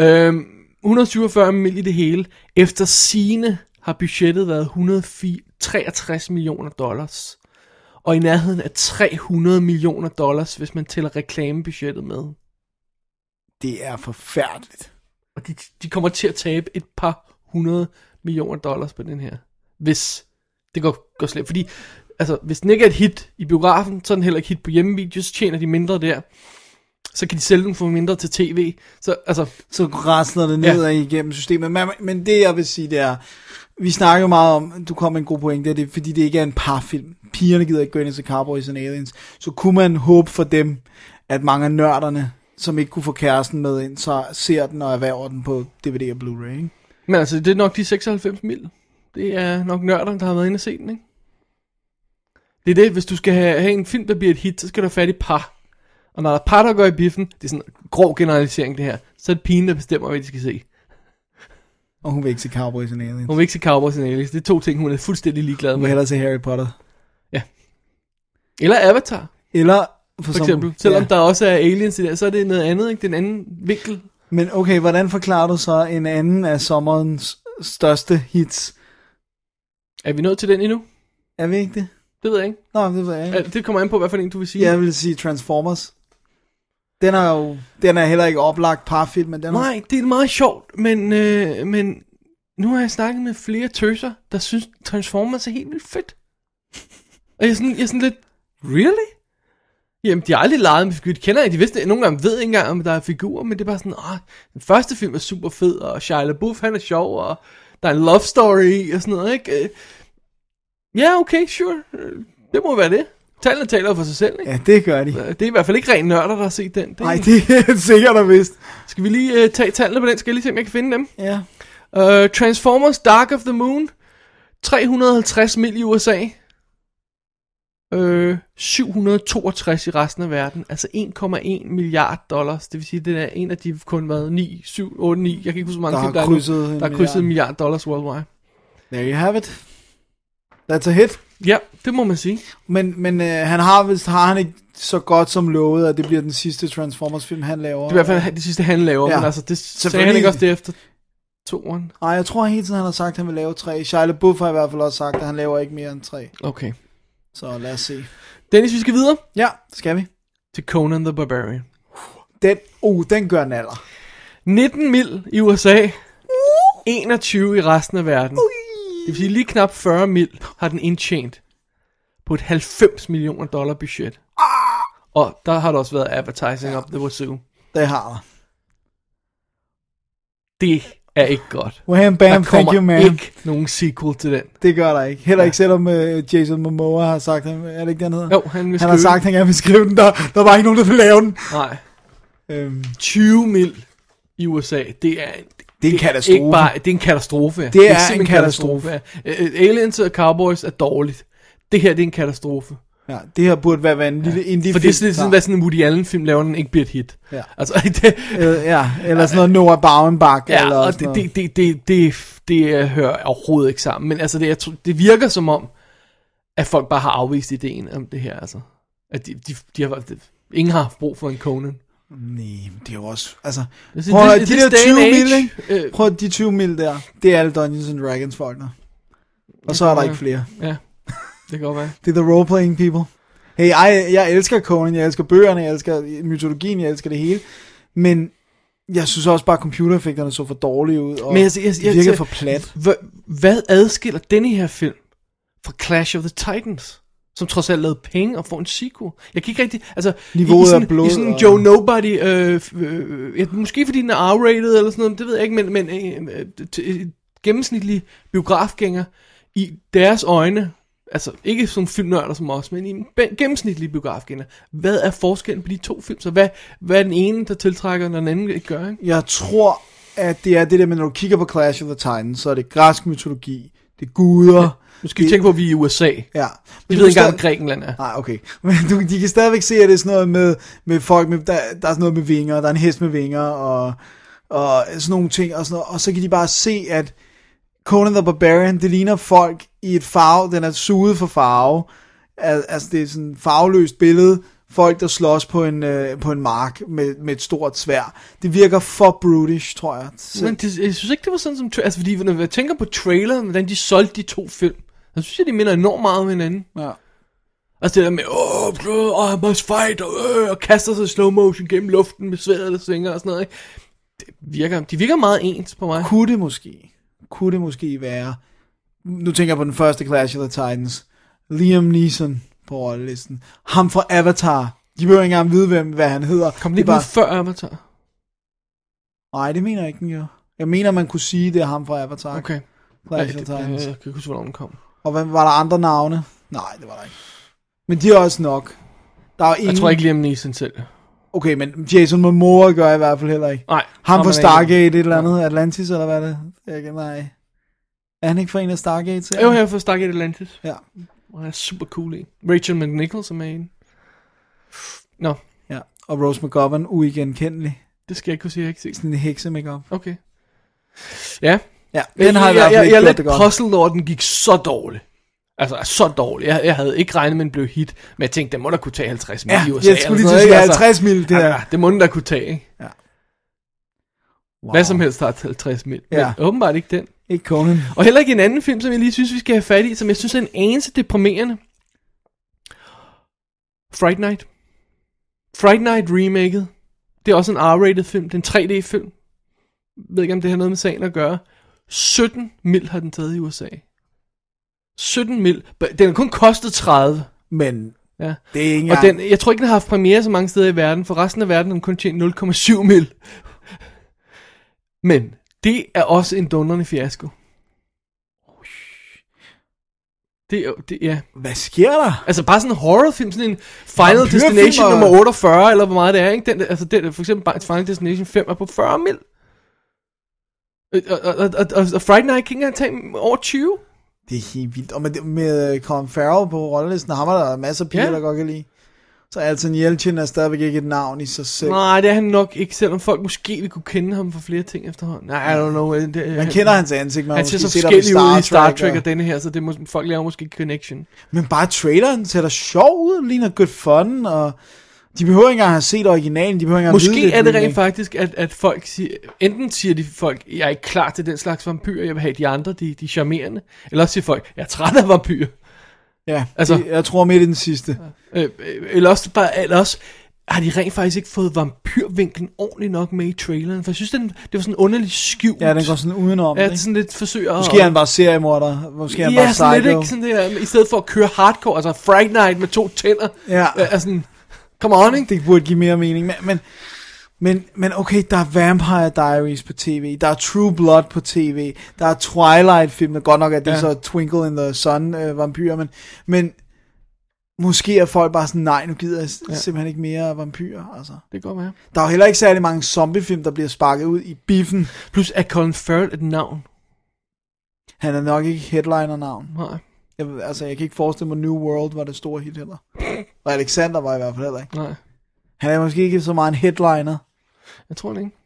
Øhm, 147 mil i det hele. Efter sine har budgettet været 163 millioner dollars. Og i nærheden af 300 millioner dollars, hvis man tæller reklamebudgettet med. Det er forfærdeligt. Og de, de kommer til at tabe et par hundrede millioner dollars på den her. Hvis det går, går slemt. Fordi altså, hvis den ikke er et hit i biografen, så er den heller ikke hit på hjemmevideo, så tjener de mindre der. Så kan de sælge den for mindre til tv. Så altså, så rasler det ned ja. igennem systemet. Men, men det jeg vil sige, det er, vi snakker jo meget om, du kom med en god pointe, det er, fordi det ikke er en parfilm. Pigerne gider ikke gå ind i Cowboys and Aliens. Så kunne man håbe for dem, at mange af nørderne, som ikke kunne få kæresten med ind, så ser den og erhverver den på DVD og Blu-ray. ikke? Men altså, det er nok de 96 mil. Det er nok nørderne, der har været inde og se den, ikke? Det er det, hvis du skal have, have en film, der bliver et hit, så skal du have fat i par. Og når der er par, der går i biffen, det er sådan en grov generalisering det her, så er det pigen, der bestemmer, hvad de skal se. Og hun vil ikke se Cowboys and Aliens. Hun vil ikke se Cowboys and Aliens. Det er to ting, hun er fuldstændig ligeglad Hun vil med. hellere se Harry Potter. Eller Avatar, Eller for, for eksempel. Selvom der også er aliens i der, så er det noget andet, ikke? Den anden vinkel. Men okay, hvordan forklarer du så en anden af sommerens største hits? Er vi nået til den endnu? Er vi ikke det? Det ved jeg ikke. Nå, det ved jeg ikke. Er- Det kommer an på, hvad for en du vil sige. Jeg vil sige Transformers. Den er jo den er heller ikke oplagt parfilm, men den er... Nej, det er meget sjovt, men, øh, men nu har jeg snakket med flere tøser, der synes Transformers er helt vildt fedt. Og jeg er sådan, jeg er sådan lidt, really? Jamen, de har aldrig leget med figurer. De kender ikke, de vidste, nogle gange ved ikke engang, om der er figurer, men det er bare sådan, åh, den første film er super fed, og Shia LaBeouf, han er sjov, og der er en love story i, og sådan noget, ikke? Øh, Ja, okay, sure. Øh, Det må være det. Tallene taler for sig selv, ikke? Ja, det gør de. Øh, Det er i hvert fald ikke ren nørder, der har set den. Det, Nej, det er sikkert og vist. Skal vi lige øh, tage tallene på den? Skal jeg lige se, om jeg kan finde dem? Ja. Uh, Transformers Dark of the Moon 350 mil i USA uh, 762 i resten af verden Altså 1,1 milliard dollars Det vil sige, det er en af de kun været 9, 7, 8, 9 Jeg kan ikke huske, hvor mange Der film har nu. krydset en der har krydset en milliard. milliard dollars worldwide There you have it. That's a hit. Ja, det må man sige Men, men øh, han har vist, har han ikke så godt som lovet, at det bliver den sidste Transformers-film, han laver. Det er i hvert fald det sidste, han laver Ja. ja. Men altså, det sagde han Selvfølgelig. ikke også det efter toeren Nej, jeg tror hele tiden, han har sagt, at han vil lave tre. Shia LaBeouf har i hvert fald også sagt, at han laver ikke mere end tre. Okay Så lad os se. Dennis, vi skal videre Ja, skal vi? til Conan the Barbarian. Den, uh, den gør en alder. 19 mil i USA, Uh. 21 i resten af verden. Det vil sige lige knap 40 mil har den indtjent på et 90 millioner dollar budget. Ah. Og der har der også været advertising op the wazoo. Det har jeg. Det er ikke godt. Wham Der bam, thank kommer you man. Ikke. ikke nogen sequel til den. Det gør der ikke. Heller ikke selvom uh, Jason Momoa har sagt, han- er det ikke den hedder? Jo, han vil han har skrive- sagt, han gerne vil skrive den, der, der var ikke nogen, der ville lave den. Nej. Øhm, 20 mil i USA, det er en, det er en katastrofe. Ikke bare, det er en katastrofe. Det, er en simpelthen katastrofe. Øh, Aliens og Cowboys er dårligt. Det her, det er en katastrofe. Ja, det her burde være, være en lille ja. indie For det er sådan, sådan, film. hvad sådan en Woody Allen film laver, den ikke bliver et hit. Ja. Altså, det, Øh, ja, eller sådan noget Noah Baumbach. ja, eller og sådan det, noget. det, det, det, det, det øh, hører overhovedet ikke sammen. Men altså, det, jeg tror, det virker som om, at folk bare har afvist ideen om det her, altså. At de, de, de har, ingen har haft brug for en Conan. Nej, men det er jo også... Altså, Altså, prøv, i at- thi- de this der day 20 and age, mil, ikke? øh, Prøv at- de 20 mil der. Det er alle Dungeons and Dragons folkene. Og så er ja. der ikke flere. Ja, det kan godt være. Det er the role-playing people. Hey, jeg, jeg elsker Conan, jeg elsker bøgerne, jeg elsker mytologien, jeg elsker det hele. Men jeg synes også bare, at computereffekterne så for dårlige ud, og Men altså, jeg, jeg, det virker jeg- for plat. Hva- hvad adskiller denne her film fra Clash of the Titans? Som trods alt lavede penge og får en sequel. Jeg kan ikke rigtig... Altså, Niveauet i, i sådan, af blod I sådan en og- Joe Nobody... Øh, f- øh, ja, måske fordi den er R-rated eller sådan noget, det ved jeg ikke, men, men øh, øh, t- øh, gennemsnitlige biografgænger i deres øjne, altså ikke som filmnørder som os, men i en ben- gennemsnitlige biografgænger, hvad er forskellen på de to film? Så hvad, hvad er den ene, der tiltrækker, når den anden ikke gør? Ikke? Jeg tror, at det er det der med, når du kigger på Clash of the Titans, så er det græsk mytologi, det er guder. Nu skal vi Det- tænke på, at vi er i USA. Ja. Vi Men ved du ikke engang, forstår- hvad Grækenland er. Nej, okay. Men du, de kan stadigvæk se, at det er sådan noget med, med folk, med, der, der er sådan noget med vinger, der er en hest med vinger, og, og sådan nogle ting, og, sådan noget. og så kan de bare se, at Conan the Barbarian, det ligner folk i et farve, den er suget for farve, Al, altså det er sådan et farveløst billede, folk der slås på en, øh, på en mark med, med et stort svær. Det virker for brutish, tror jeg. Så, Men det, jeg synes ikke, det var sådan som... tra- Altså, fordi når jeg tænker på traileren, hvordan de solgte de to film, så synes jeg, de minder enormt meget om hinanden. ja. Altså det der med, åh, blå, åh, I must fight, og, øh, og kaster sig i slow motion gennem luften med sværet, der svinger og sådan noget, ikke? Det virker, de virker meget ens på mig. kunne det måske, kunne det måske være, nu tænker jeg på den første Clash of the Titans, Liam Neeson på rollelisten, ham fra Avatar, de behøver ikke engang vide, hvem, hvad han hedder. Kom det det ikke bare... før Avatar? Nej, det mener jeg ikke, den gjorde. Jeg mener, man kunne sige, det er ham fra Avatar. Okay. Nej, Clash of det, the jeg, jeg Titans. kan ikke huske, hvornår den kom. Og hvad, var der andre navne? Nej, det var der ikke. Men de er også nok. Der er ingen... Jeg tror ikke, Liam Neeson selv. Okay, men Jason Momoa gør jeg i hvert fald heller ikke. Nej. Ham fra man er Stargate, et eller andet. Atlantis, eller hvad er det? Jeg kan, nej. Er han ikke fra en af Stargates? ikke- Jo, jeg har fået Stargate Atlantis. Ja. Og han er super cool i. Rachel McNichols er med i den. Nå, ja. Og Rose McGovern, uigenkendelig. det skal jeg ikke kunne sige, jeg har ikke set. sådan en hekse makeup. Okay. Ja, Ja, den har jeg, jeg, i hvert fald jeg, ikke jeg er gjort lidt det godt. puzzled over, at den gik så dårligt. Altså, så dårligt. Jeg, jeg havde ikke regnet med, at den blev hit, men jeg tænkte, den må da kunne tage 50 mil Ja, i USA. jeg skulle lige eller sådan til at sige noget, ikke? 50 mil, det Altså, der. ja, det må den da kunne tage, ikke? Wow. Hvad som helst har 50 mil. Ja. Men åbenbart ikke den. Ikke Conan. Og heller ikke en anden film, som jeg lige synes, vi skal have fat i, som jeg synes er en anelse deprimerende. Fright Night. Fright Night remaket. Det er også en R-rated film. Det er en 3D-film. Jeg ved ikke, om det har noget med sagen at gøre. 17 mil har den taget i USA. 17 mil. Den har kun kostet 30. Men Ja. det er ikke Og engang... den, jeg tror ikke, den har haft premiere så mange steder i verden, for resten af verden har den kun tjent 0,7 mil. Men det er også en dundrende fiasko. Det er jo- det, ja. Hvad sker der? Altså bare sådan en horrorfilm, sådan en Final Vampyrfilm Destination og- nummer 48, eller hvor meget det er, ikke? Den, altså den, for eksempel bare Final Destination 5 er på 40 mil. Øh, Og, og, og, og, og Friday Night King har taget over 20. Det er helt vildt. Og med, med øh, Colin Farrell på rollelisten, ham er der masser af piger, Ja. der godt kan lide. Så Alton Yelchin er stadigvæk ikke et navn i sig selv. Nej, det er han nok ikke, selvom folk måske vil kunne kende ham for flere ting efterhånden. Nej, I don't know. øh, Det, Man kender hans ansigt, man har Han ser måske så set ham i forskellig ud i Star Trek og og- denne her, så det må, folk laver måske ikke connection. Men bare traileren ser da sjov ud, ligner good fun, og de behøver ikke engang have set originalen, de behøver ikke engang vide Måske er det remake. rent faktisk, at, at folk siger, enten siger de folk, jeg er ikke klar til den slags vampyr, jeg vil have de andre, de, de er charmerende. Eller også siger folk, jeg er træt af vampyr. Ja, Altså- altså, det, jeg tror midt i den sidste. Øh, øh, eller, også bare, eller også har de rent faktisk ikke fået vampyrvinklen ordentligt nok med i traileren, for jeg synes, den, det var sådan underligt skjult. Ja, den går sådan udenom. Ja, Ja, det er sådan lidt forsøg at... Måske er han bare seriemorder. Måske er han ja, bare sådan lidt, psycho. ikke? Sådan der, I stedet for at køre hardcore, altså Fright Night med to tænder. Ja. Øh, er sådan, come on, ikke? Det burde give mere mening. Men, men, men, men okay, der er Vampire Diaries på tv, der er True Blood på tv, der er Twilight-filmen, godt nok at det Ja. ja. så Twinkle in the Sun øh, vampyrer, men, men måske er folk bare sådan, nej, nu gider jeg ja. simpelthen ikke mere vampyrer. Altså. Det går med. Der er jo heller ikke særlig mange zombiefilm, der bliver sparket ud i biffen. Plus, er Colin Farrell et navn? Han er nok ikke headliner-navn. Nej. Jeg, ved- altså, jeg kan ikke forestille mig, New World var det store hit heller. Og Alexander var i hvert fald heller ikke. Nej, Han er måske ikke så meget en headliner. jeg tror det ikke.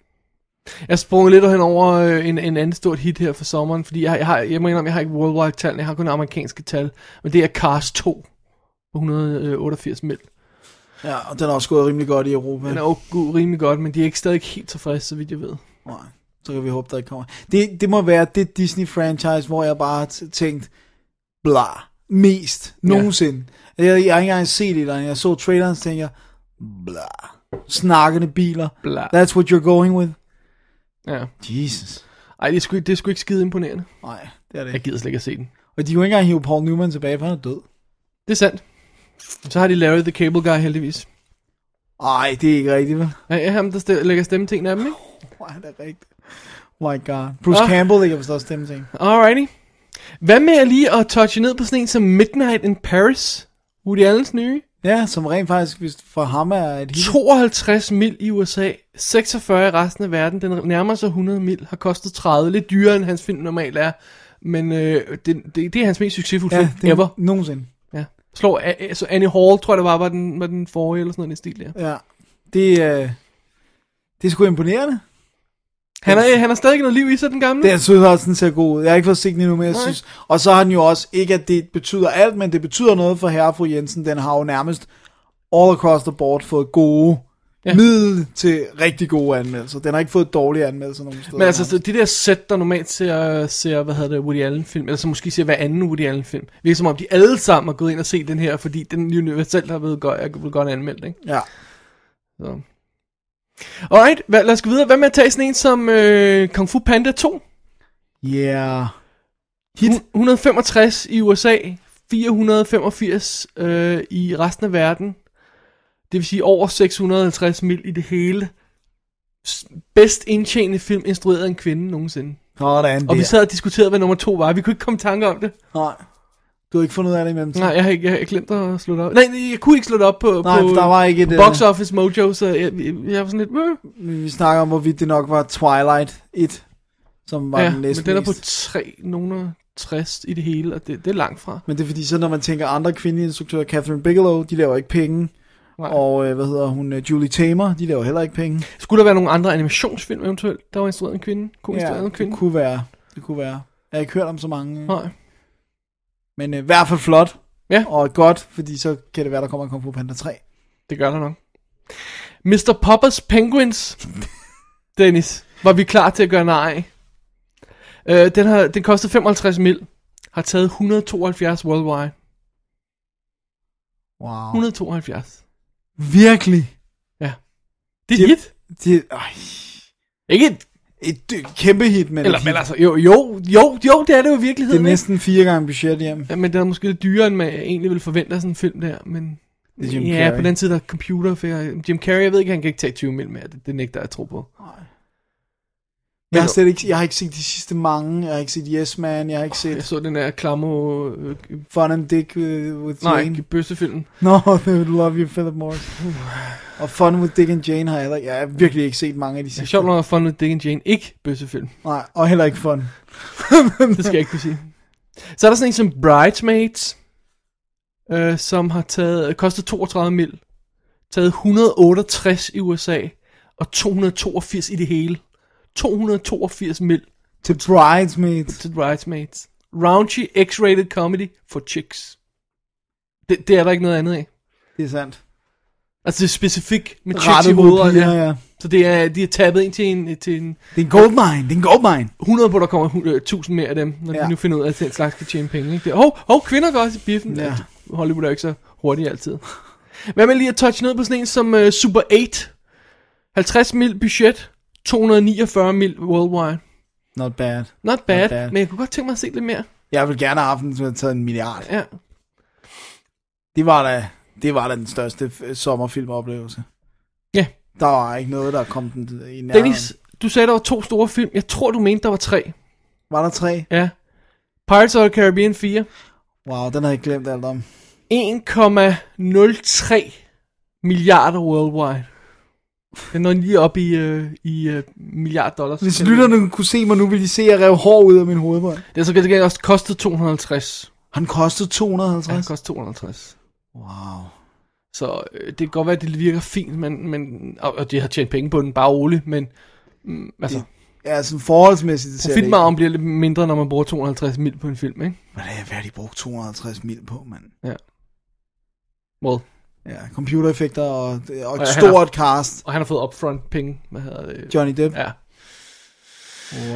Jeg sprang lidt hen over øh, en, en anden stort hit her for sommeren, fordi jeg, jeg, har, jeg må indrømme, jeg har ikke worldwide tal, jeg har kun amerikanske tal, men det er Cars 2 på 188 mil. Ja, og den er også gået rimelig godt i Europa. Den er jo god, rimelig godt, men de er ikke stadig ikke helt tilfredse, så vidt jeg ved. Nej, så kan vi håbe, der ikke kommer. Det, det må være det Disney-franchise, hvor jeg bare har t- tænkt, bla, mest, nogensinde. Jeg, jeg har ikke engang set det, jeg så traileren, så tænkte jeg, bla, snakkende biler, Bla. that's what you're going with. Ja. Jesus. Ej, det er, sgu, ikke- det er sgu ikke skide imponerende. Nej, det er det Jeg ikke. gider slet ikke at se den. Og de kunne ikke engang hive Paul Newman tilbage, for han er død. Det er sandt. Så har de lavet The Cable Guy heldigvis. Ej, det er ikke rigtigt, vel? Ja, ja, ham, der st- lægger stemme til en af dem, ikke? Nej, det er rigtigt. Oh my god. Bruce Ah. ah. Campbell, det kan vist også stemme ting. Alrighty. Hvad med lige at touche ned på sådan en som Midnight in Paris? Woody Allen's nye. Ja, som rent faktisk, hvis for ham er et hit. 52 mil i USA, 46 i resten af verden, den nærmer sig 100 mil, har kostet 30, lidt dyrere end hans film normalt er, men øh, det, det, det er hans mest succesfulde Ja, film det ever. er nogensinde. Ja. Slår, A- A- så Annie Hall, tror jeg det var, var den, var den forrige, eller sådan noget i den stil der. Ja, det, øh, det er sgu imponerende. Mm. Han har, han har stadig noget liv i sig, den gamle. Det, jeg synes også, den ser god ud. Jeg har ikke fået set den endnu, men jeg Nej. synes... Og så har den jo også, ikke at det betyder alt, men det betyder noget for herre og fru Jensen. Den har jo nærmest all across the board fået gode, Ja. ja. middel til rigtig gode anmeldelser. Den har ikke fået dårlige anmeldelser nogen steder. Men altså, så det der sæt, der normalt ser, ser hvad hedder det, Woody Allen-film, eller så måske ser hver anden Woody Allen-film, virker som om, de alle sammen har gået ind og set den her, fordi den universelt har været godt, er blevet godt anmeldt, ikke? Ja. Så. Alright, hvad, lad os gå videre. Hvad med at tage sådan en som øh, Kung Fu Panda 2? Yeah. Hit. 165 i USA, 485 øh, i resten af verden. Det vil sige over 650 mil i det hele. S- Bedst indtjenende film instrueret af en kvinde nogensinde. Sådan Og vi der. sad og diskuterede, hvad nummer to var. Vi kunne ikke komme i tanke om det. Nej. Du har ikke fundet ud af det i mellemtiden. Nej, jeg har ikke jeg, jeg glemt at slå det op. Nej, nej, jeg kunne ikke slå det op på, Nej, på for der var ikke et... Box øh, Office Mojo, så jeg, jeg, jeg var sådan lidt... Øh. Vi snakker om, hvorvidt det nok var Twilight 1, som var Ja, den næste men den er på mest. 3, nogen 60 i det hele, og det, det er langt fra. Men det er fordi, så når man tænker andre kvindelige instruktører, Catherine Bigelow, de laver ikke penge. Nej. Nej. Og øh, hvad hedder hun, øh, Julie Tamer, de laver heller ikke penge. Skulle der være nogle andre animationsfilm eventuelt, der var instrueret af en kvinde? Kunne ja, instrueret af en det kvinde? kunne være. Det kunne være. Jeg har ikke hørt om så mange. Nej. Nej. Men øh, i hvert fald flot. Ja. Og godt, fordi så kan det være, der kommer en Kung Fu Panda 3. Det gør der nok. Mr. Poppers Penguins. Dennis, var vi klar til at gøre nej? Øh, den, har, den kostede 55 mil. Har taget 172 worldwide. Wow. 172. Virkelig. Det er Det- hit. Det øj, Ikke et, et dy- kæmpe hit, men, eller, et men hit. altså, jo, jo, jo, jo, det er det jo i det er virkeligheden. næsten fire gange budget hjem. Ja, men den er måske lidt dyrere, end man egentlig ville forvente af sådan en film der, men... Det er Jim ja, Carrey. på den tid, der er computer. For jeg, Jim Carrey, jeg ved ikke, han kan ikke tage 20 mil mere. Det, det nægter jeg at tro på. Jeg har, slet ikke, jeg har ikke set de sidste mange. Jeg har ikke set Yes Man. Jeg har ikke set Jeg så den der klamme... Øh, øh, Fun and Dick with, with nej, Jane. bøssefilm. No, they would love you, Philip Morris. og Fun with Dick and Jane har jeg heller Jeg har virkelig ikke set mange af de Det er sidste. sjovt nok at Fun with Dick and Jane. Ikke bøssefilm. Nej, og heller ikke Fun. Det skal jeg ikke kunne sige. Så er der sådan en som Bridesmaids, øh, som har taget, kostet 32 mil. Taget 168 i USA, og 282 i det hele. 282 mil Til Bridesmaids. til Bridesmaids. Raunchy X-rated comedy for chicks. Det, det er der ikke noget andet af. Det er sandt. Altså det er specifikt med chicks i Rettet mod hovedet. piger, Ja. ja. Så det er, de er tabet ind til en, til en Det er en goldmine, det er en goldmine. 100 på, der kommer 100, 1000 mere af dem, når ja. Ja. de nu finder ud af, at den slags skal tjene penge. Ikke? Det, hov, hov, kvinder går også i biffen. Ja. Ja. Hollywood er jo ikke så hurtigt altid. Hvad med lige at touch ned på sådan en som uh, Super 8? 50 mil budget, 249 mil worldwide. Not bad. Not bad, Not bad, bad. men jeg kunne godt tænke mig at se lidt mere. Jeg vil gerne have haft den, som havde taget en milliard. Ja. Det var da, det var da den største f- sommerfilmoplevelse. Ja. Der var ikke noget, der kom den i nærheden. Dennis, du sagde, der var to store film. Jeg tror, du mente, der var tre. Var der tre? Ja. Pirates of the Caribbean 4. Wow, den havde jeg glemt alt om. 1,03 milliarder worldwide. Den når lige op i, øh, i øh, milliard dollars. Hvis lytterne kunne se mig nu, ville de se, at jeg rev hår ud af min hovedbånd. Det er så gengæld også kostet 250. Han kostede Ja, det 250. koster 250. Wow. Så øh, det kan godt være, at det virker fint, men, men, og, og de har tjent penge på den, bare roligt, men mm, altså, Det Ja, sådan forholdsmæssigt, det ser det ikke. profitmargen bliver lidt mindre, når man bruger 250 mil på en film, ikke? Hvad er det, hvad har de brugt 250 mil på, mand? Well, Ja, computereffekter og, og han et stort cast. og han har fået upfront penge, hvad hedder det? Johnny Depp. Ja.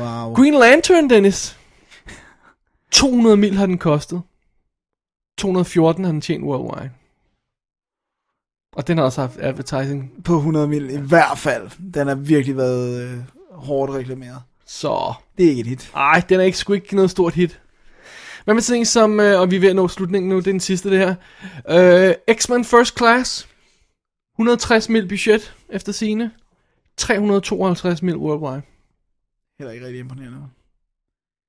Wow. Green Lantern, Dennis. 200 mil har den kostet. 214 har den tjent worldwide. Og den har også haft advertising. På 100 mil i hvert fald. Den har virkelig været øh, hårdt reklameret. Så, Det er ikke et hit. ej, den er ikke sgu ikke noget stort hit. Hvad med sådan en som, øh, og vi er ved at nå slutningen nu, det er den sidste det her. Øh, X-Men First Class. 160 mil budget efter sine. 352 mil worldwide. Heller ikke rigtig imponerende.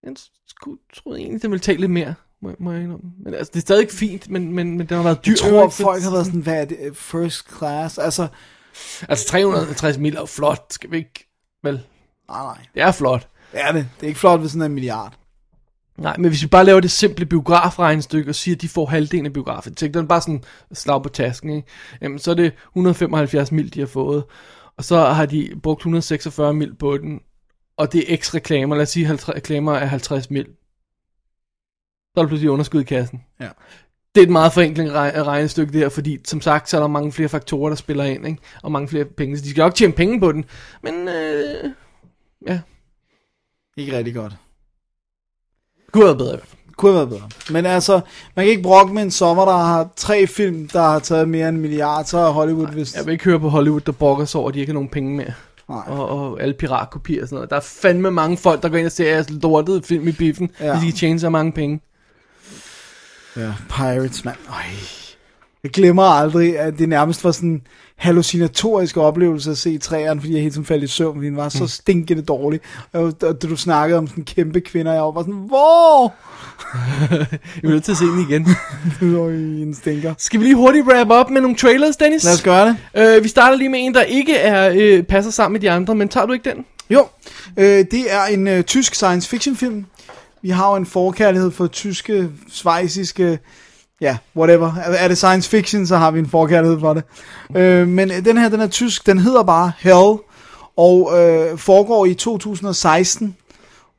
Jeg skulle, troede egentlig, den ville tage lidt mere. Må, må jeg indrømme. Men altså, det er stadig ikke fint, men, men, men den har været dyr. Jeg tror, ikke? Så- folk har været sådan, hvad er det? øh, First class? Altså, Altså 350 mil er jo flot, skal vi ikke? Vel, nej, nej. det er flot. Det er det. Det er ikke flot ved sådan en milliard. Nej, men hvis vi bare laver det simple biografregnestykke og siger, at de får halvdelen af biografindtægterne, bare sådan slag på tasken, ikke? Jamen, så er det 175 mil, de har fået. Og så har de brugt 146 mil på den, og det er ekstra reklamer, lad os sige 50 reklamer er 50 mil. Så er der pludselig underskud i kassen. Ja. Det er et meget forenklet reg- regnestykke der, fordi som sagt, så er der mange flere faktorer, der spiller ind, ikke? og mange flere penge. Så de skal nok tjene penge på den, men øh, ja, Ikke rigtig godt. det kunne have været bedre i hvert fald. Kunne have været bedre. Men altså, man kan ikke brokke med en sommer, der har tre film, der har taget mere end en milliard, så er Hollywood vist... Jeg vil ikke høre på Hollywood, der brokker sig over, at de ikke har nogen penge mere. Nej. Og, og alle piratkopier og sådan noget. Der er fandme mange folk, der går ind og ser jeres lortede film i biffen, ja. Ja. hvis de kan tjene så mange penge. Ja, Pirates, mand. Øj. Jeg glemmer aldrig, at det nærmest var sådan en hallucinatorisk oplevelse at se træerne, fordi jeg hele tiden faldt i søvn, fordi den var så stinkende dårlig. Og, og, og da du snakkede om sådan kæmpe kvinder, jeg var bare sådan, hvor? Jeg bliver nødt til at se den igen. Øj, en stinker. Skal vi lige hurtigt wrap op med nogle trailers, Dennis? Lad os gøre det. Øh, vi starter lige med en, der ikke er øh, passer sammen med de andre, men tager du ikke den? Jo, øh, det er en øh, tysk science fiction film. Vi har jo en forkærlighed for tyske, svejsiske, ja, whatever. Er, er det science fiction, så har vi en forkærlighed for det. Øh, men øh, den her, den er tysk, den hedder bare Hell, og øh, foregår i 2016,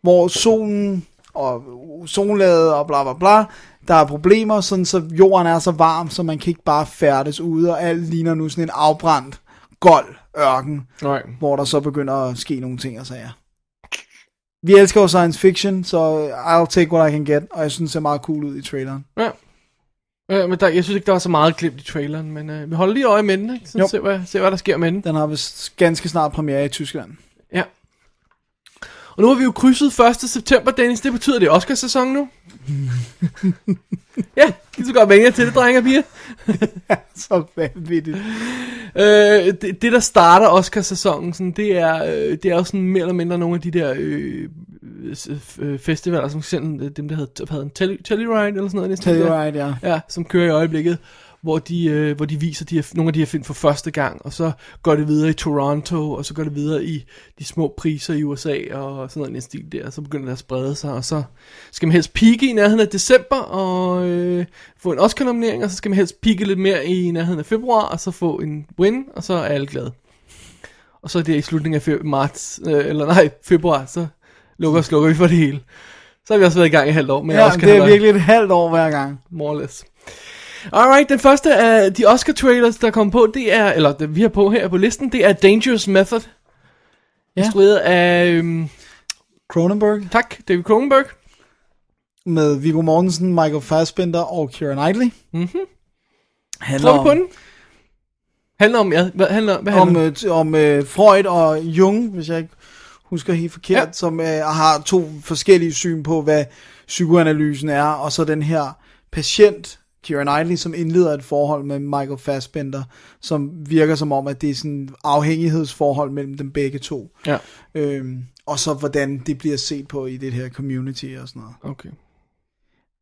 hvor solen og sollaget og bla bla bla, der er problemer, sådan så jorden er så varm, så man kan ikke bare færdes ude, og alt ligner nu sådan en afbrændt, gold ørken Nej. hvor der så begynder at ske nogle ting og sager. Vi elsker jo science fiction, så I'll take what I can get, og jeg synes, det ser meget cool ud i traileren. Ja. Øh, men der, jeg synes ikke, der var så meget glemt i traileren, men øh, vi holder lige øje med den, ikke? Så Jo. se, hvad, se, hvad der sker med den. Den har vist ganske snart premiere i Tyskland. Ja. Og nu har vi jo krydset 1. september, Dennis. Det betyder, det er Oscarsæson nu. ja, det så godt vænne jer til det, drenge og piger. Så vanvittigt. Øh, det, det, der starter Oscarsæsonen, sådan, det, er, øh, det er jo sådan mere eller mindre nogle af de der øh, s- øh, festivaler, som selv øh, dem, der havde, havde en Telluride eller sådan noget. næsten. Telluride, ja. Ja, som kører i øjeblikket, hvor de, øh, hvor de viser de her, nogle af de her film for første gang, og så går det videre i Toronto, og så går det videre i de små priser i USA, og sådan noget i den stil der, og så begynder det at sprede sig, og så skal man helst pike i nærheden af december, og øh, få en Oscar-nominering, og så skal man helst pike lidt mere i nærheden af februar, og så få en win, og så er alle glade. Og så er det i slutningen af fe- marts, øh, eller nej, februar, så lukker og slukker vi for det hele. Så har vi også været i gang i et halvt år med Ja, det er Oscar-halløj. virkelig et halvt år hver gang. More or less. Alright, den første af de Oscar-trailers, der kom på, det er, eller det, vi har på her på listen, det er Dangerous Method. Ja. Ja. Instrueret af, øhm, Cronenberg. tak, David Cronenberg. med Viggo Mortensen, Michael Fassbender og Keira Knightley. Mm-hmm. Handler Mhm. Tror du på om, den? Handler om, ja, hvad handler, hvad handler om, øh, t- om øh, Freud og Jung, hvis jeg ikke husker helt forkert, ja. Ja. som øh, har to forskellige syn på, hvad psykoanalysen er, og så den her patient, Keira Knightley, som indleder et forhold med Michael Fassbender, som virker som om, at det er sådan et afhængighedsforhold mellem dem begge to. Ja, Øhm, og så hvordan det bliver set på i det her community og sådan noget. okay.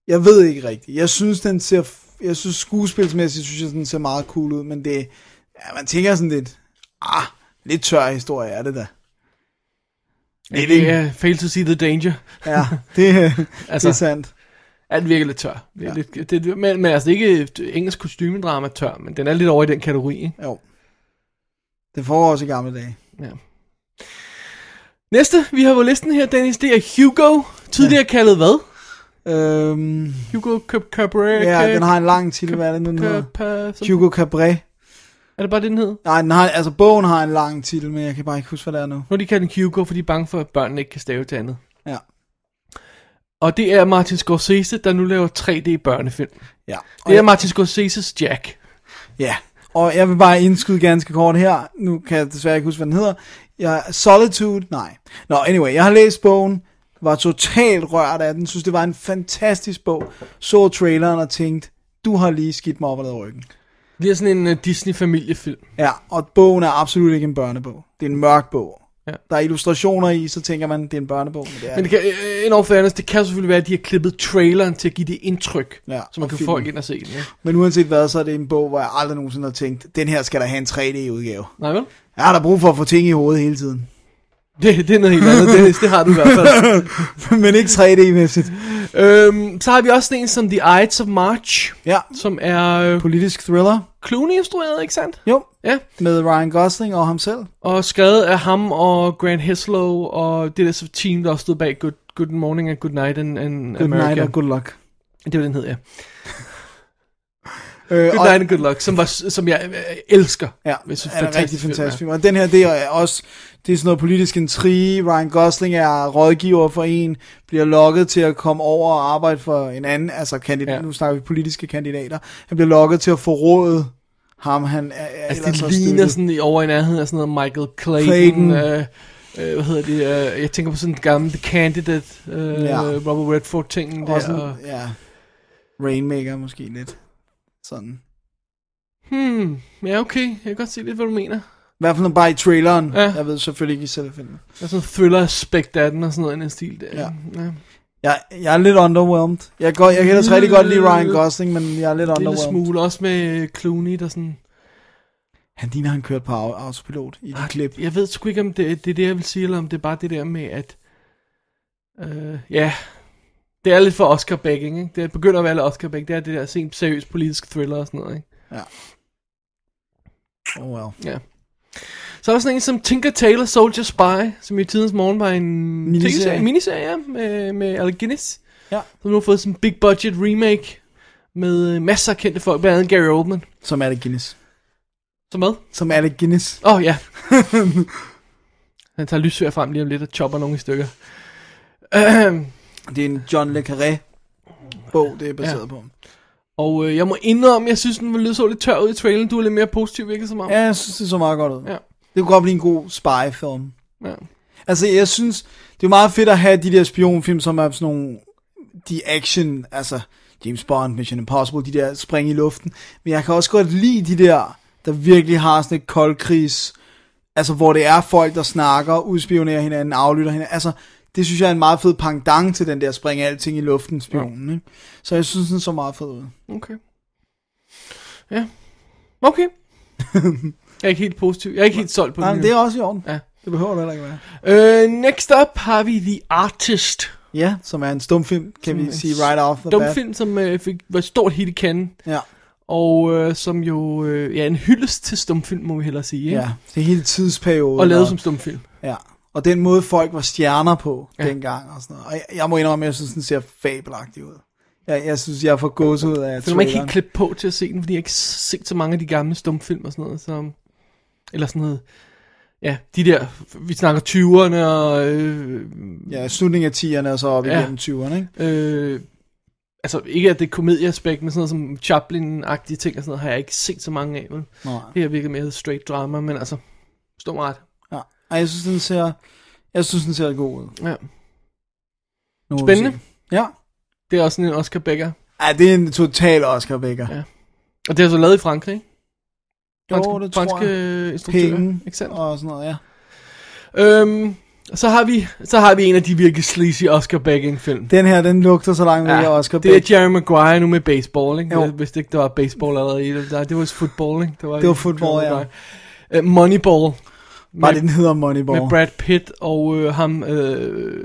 Jeg ved ikke rigtigt. Jeg synes, den ser... f- Jeg synes, skuespilsmæssigt synes jeg, den ser meget cool ud, men det... Ja, man tænker sådan lidt... Ah, lidt tør historie er det da. Det, det er fail to see the danger. Ja, det, altså, Altså- det er sandt. Ja, den virker lidt tør. Det er ja. lidt, det, men, men altså, det er ikke engelsk kostymedrama tør, men den er lidt over i den kategori, ikke? Jo. Det foregår også i gamle dage. Ja. Næste, vi har på listen her, Dennis, det er Hugo. Tidligere ja. kaldet hvad? Øhm, Hugo Cap- Cabaret. ja, den har en lang titel. Hvad er det nu, den hedder? øh, Hugo. Hugo Cabret. Er det bare det, den hed? Nej, den har, altså bogen har en lang titel, men jeg kan bare ikke huske, hvad det er nu. Nu har de kaldt den Hugo, fordi de er bange for, at børnene ikke kan stave til andet. Ja. Og det er Martin Scorsese, der nu laver 3D-børnefilm. Ja. Og Det er Martin Scorseses Jack. Ja, og jeg vil bare indskyde ganske kort her. Nu kan jeg desværre ikke huske, hvad den hedder. Jeg, Solitude, nej. Nå, anyway, jeg har læst bogen, var totalt rørt af den, synes det var en fantastisk bog. Så traileren og tænkte, du har lige skidt mig op og lavet ryggen. Det er sådan en uh, Disney-familiefilm. Ja, og bogen er absolut ikke en børnebog. Det er en mørk bog. Ja. Der er illustrationer i, så tænker man, det er en børnebog, men det er Men det kan, øh, in all fairness, det kan selvfølgelig være, at de har klippet traileren til at give det indtryk, Ja, så man og kan filmen. få folk ind og se den. Ja. men uanset hvad, så er det en bog, hvor jeg aldrig nogensinde har tænkt, den her skal der have en 3D-udgave. Nej vel? Jeg har da brug for at få ting i hovedet hele tiden. Det, det er noget helt andet, Dennis, det har du i hvert fald. men ikke 3D-mæssigt. øhm, så har vi også sådan en som The Ides of March, Ja, som er øh, politisk thriller. Clooney-instrueret, ikke sandt? Jo, Ja, med Ryan Gosling og ham selv. og skrevet af ham og Grant Heslow og det der så team, der også stod bag Good, Good Morning and Good Night and, and Good America. night og good luck. Det var den hed, ja. Øh, Good Night and Good Luck, som, var, som jeg øh, elsker. ja, Jeg synes, er en rigtig fantastisk film, fantastisk ja. film. Og den her, det er også det er sådan noget politisk intrige. Ryan Gosling er rådgiver for en, bliver lokket til at komme over og arbejde for en anden, altså kandidat, ja. Ja. nu snakker vi politiske kandidater. Han bliver lokket til at forråde ham, han er, er Altså, ellers har det ligner støttet. sådan i over i nærheden af sådan noget Michael Clayton. Clayton. Clayton. Øh, øh, hvad hedder det? Øh, jeg tænker på sådan en gammel The Candidate, øh, Ja. ja. Robert Redford-tingen der. Og Sådan, og, sådan, ja, Rainmaker måske lidt. Sådan. hmm, ja okay, jeg kan godt se lidt, hvad du mener. I hvert fald bare i traileren. Ja. Ja. Jeg ved selvfølgelig ikke i selve filmen. Der er sådan en thriller-aspekt af den og sådan noget i den stil der. Ja. ja. Jeg, jeg er lidt underwhelmed. Jeg, går, jeg kan ellers rigtig godt lide Ryan Gosling, men jeg er lidt En lille underwhelmed. smule, også med Clooney, der sådan... Han ligner, han kørte på au- autopilot i det klip. Jeg ved sgu ikke, om det, det er det, jeg vil sige, eller om det er bare det der med, at... Øh, ja, det er lidt for Oscar Begging, ikke? Det begynder at være lidt Oscar Begging. Det er det der sent seriøs politisk thriller og sådan noget, ikke? Oh well. Ja. Så er der sådan en som Tinker Tailor Soldier Spy, som i tidens morgen var en Miniserie. tv-serie- miniserie ja, med, med Alec Guinness. Ja. Som nu har fået sådan en big budget remake med øh, masser af kendte folk, blandt andet Gary Oldman. Som Alec Guinness. Så med. Som Alec Guinness. Åh, oh, ja. Han tager lyssvær frem lige om lidt og chopper nogle i stykker. Ahem. Det er en John Le Carré bog, det er baseret ja. Ja. på. og øh, jeg må indrømme, jeg synes, den var lidt så lidt tør ud i traileren. Du er lidt mere positiv, virker som om. Ja, jeg synes, det så meget godt ud. Ja. Det kunne godt blive en god spy-film. ja. Altså, jeg synes, det er jo meget fedt at have de der spionfilm, som er sådan nogle, de action, altså James Bond, Mission Impossible, de der spring i luften. Men jeg kan også godt lide de der, der virkelig har sådan et koldkrigs, altså hvor det er folk, der snakker, udspionerer hinanden, aflytter hinanden. Altså, det synes jeg er en meget fed pangdang til den der spring alting i luften spionen. Ikke? Så jeg synes, den så meget fed ud. Okay. Ja. Okay. jeg er ikke helt positiv. Jeg er ikke helt solgt på Nej, den. men det er også i orden. Ja. Det behøver det heller ikke være. Øh, next up har vi The Artist. Ja, som er en stumfilm, kan vi sige right off the bat. Dumfilm, som øh, fik, var et stort hit i Cannes. Ja. Og øh, som jo øh, ja, en hyldest til stumfilm, må vi hellere sige. Ikke? ja, det er hele tidsperioden. Og lavet som stumfilm. Ja, og den måde folk var stjerner på ja. Ja. dengang og sådan noget. Og jeg, jeg må indrømme, at jeg synes, den ser fabelagtig ud. Jeg, jeg synes, jeg får gået ud af Så man ikke helt traileren. klippe på til at se den, fordi jeg har ikke set så mange af de gamle stumfilm og sådan noget. Så, eller sådan noget. Ja, de der, vi snakker 20'erne og... Øh, Ja, slutningen af 10'erne og så op Ja. igennem 20'erne, ikke? øh, altså ikke at det er komedieaspekt, men sådan noget som Chaplin-agtige ting og sådan noget, har jeg ikke set så mange af, vel? Nej. Det her virker mere straight drama, men altså, stå mig ret. Ja. Ej, jeg synes, den ser, jeg synes, den ser god ud. Ja. Nu må vi Spændende. se. Ja. Det er også sådan en Oscar Becker. Ej, det er en total Oscar Becker. Ja. Og det er så lavet i Frankrig, ikke? Franske, det tror franske instruktører, Penge ikke sandt? og sådan noget, ja. Øhm, og så har, vi, så har vi en af de virkelig sleazy Oscar Begging film. Den her, den lugter så langt væk af Oscar det er Beck. Jerry Maguire nu med baseball, ikke? Jo. Jo. Hvis det ikke der var baseball allerede i det. Nej, det var football, ikke? Det var, Det var football, ja. ja. Moneyball. Bare med- det, den hedder Med Moneyball. Brad Pitt og øh, ham, øh,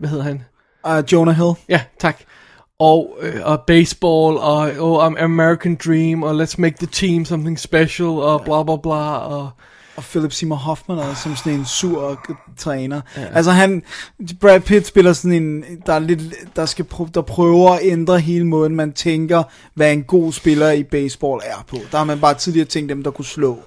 hvad hedder han? Og Uh, Jonah Hill. Ja, tak. Og, øh, og baseball, og oh, I'm American Dream, og Let's Make the Team Something Special, og bla bla bla, og... Og Philip Seymour Hoffman er som sådan en sur g- træner. Ja. Altså han, Brad Pitt spiller sådan en, der, er lidt, der, skal prøve, der prøver at ændre hele måden, man tænker, hvad en god spiller i baseball er på. Der har man bare tidligere tænkt dem, der kunne slå.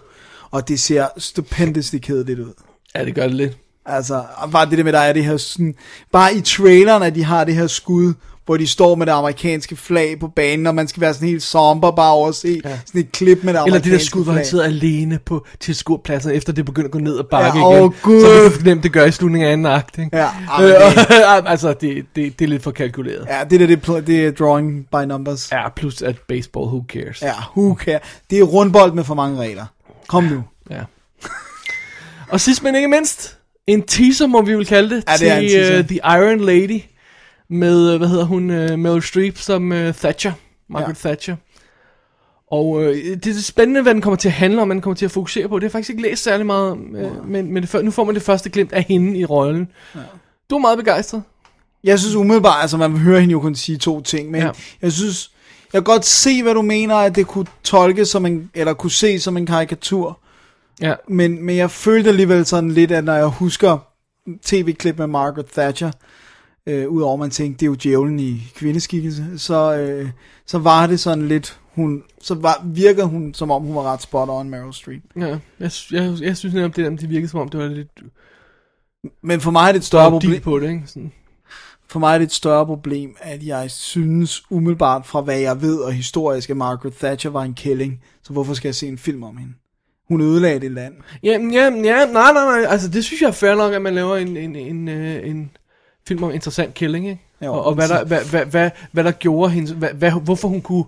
Og det ser stupendously kedeligt ud. Ja, det gør det lidt. Altså, og bare det der med, der er det her sådan, bare i traileren, at de har det her skud, hvor de står med det amerikanske flag på banen, og man skal være sådan helt somber bare over at se ja. sådan et klip med det amerikanske Eller det der skud, hvor han flag. sidder alene på tilskuerpladsen, efter det begynder at gå ned ad bakke Ja, åh, igen. Gud. Så det er nemt, det gør i slutningen af anden akt, ikke? Ja, ej, Ah, men øh, det- og- altså, det, det, det er lidt for kalkuleret. Ja, det der, det, er pl- det er drawing by numbers. Ja. Ja, plus at baseball, who cares? ja, who care? Det er rundbold med for mange regler. Kom nu. Ja. og sidst men ikke mindst, en teaser, må vi vil kalde det, Ja, det er en til teaser. øh, The Iron Lady med, øh, hvad hedder hun, uh, Meryl Streep som uh, Thatcher, Margaret ja. Thatcher. Og uh, det er spændende, hvad den kommer til at handle om, hvad den kommer til at fokusere på. Det har jeg faktisk ikke læst særlig meget om, øh, men, men det, før- nu får man det første glimt af hende i rollen. Ja. Du er meget begejstret. Jeg synes umiddelbart, altså man hører hende jo kun sige to ting, men Ja. ja. jeg synes, jeg kan godt se, hvad du mener, at det kunne tolkes som en, eller kunne se som en karikatur. Ja. Men, men jeg følte alligevel sådan lidt, at når jeg husker tv-klip med Margaret Thatcher, øh, udover at man tænkte, det er jo djævlen i kvindeskikkelse, så, øh, så var det sådan lidt, hun, så var, virkede hun, som om hun var ret spot on Meryl Streep. Ja, jeg, sy- jeg, jeg synes netop, det, der, det virkede som om, det var lidt Men for mig er det et større opdelt problem. på det, ikke? Sådan. For mig er det et større problem, at jeg synes umiddelbart fra hvad jeg ved og historisk, at Margaret Thatcher var en kælling. Så hvorfor skal jeg se en film om hende? Hun ødelagde det land. Jamen, ja, ja, nej, nej, nej. Altså, det synes jeg er fair nok, at man laver en, en, en, øh, en film om interessant killing, ikke? Jo, og, og hvad, men der, hvad, hvad, hvad, hvad der gjorde hende, hvad, hvad, hvorfor hun kunne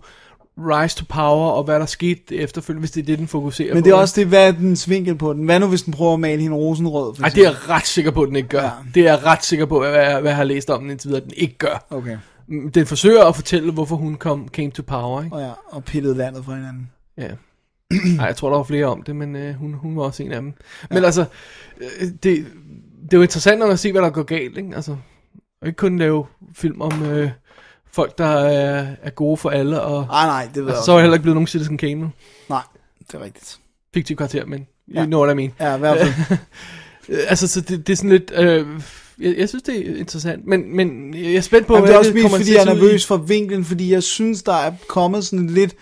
rise to power, og hvad der skete efterfølgende, hvis det er det, den fokuserer Men på. det er også det, hvad er dens vinkel på den? Hvad nu, hvis den prøver at male hende rosenrød? For Ej, det er jeg ret sikker på, at den ikke gør. Ja. Ja. Det er jeg ret sikker på, hvad, jeg- hvad jeg har læst om den indtil videre, at den ikke gør. Okay. Mm, Den forsøger at fortælle, hvorfor hun kom, came to power, ikke? Og, ja, og pillede landet fra hinanden. Ja. Ej, jeg tror, der var flere om det, men øh, hun, hun var også en af dem. Men altså, øh, det, det er jo interessant nok at se, hvad der går galt, ikke? Altså, og ikke kun lave film om øh, folk, der er, er gode for alle, og Nej, nej, det ved altså, jeg så er også. jeg heller ikke blevet nogen Citizen Kane nu. Nej, det er rigtigt. Fiktiv karakter, men you Ja. know what I mean. Ja, i hvert fald. Øh, altså, så det, det er sådan lidt... Øh, jeg, jeg synes, det er interessant, men, men jeg er spændt på, Jamen, det er også kommer mest, til fordi at jeg er se ud i. nervøs for vinklen, fordi jeg synes, der er kommet sådan lidt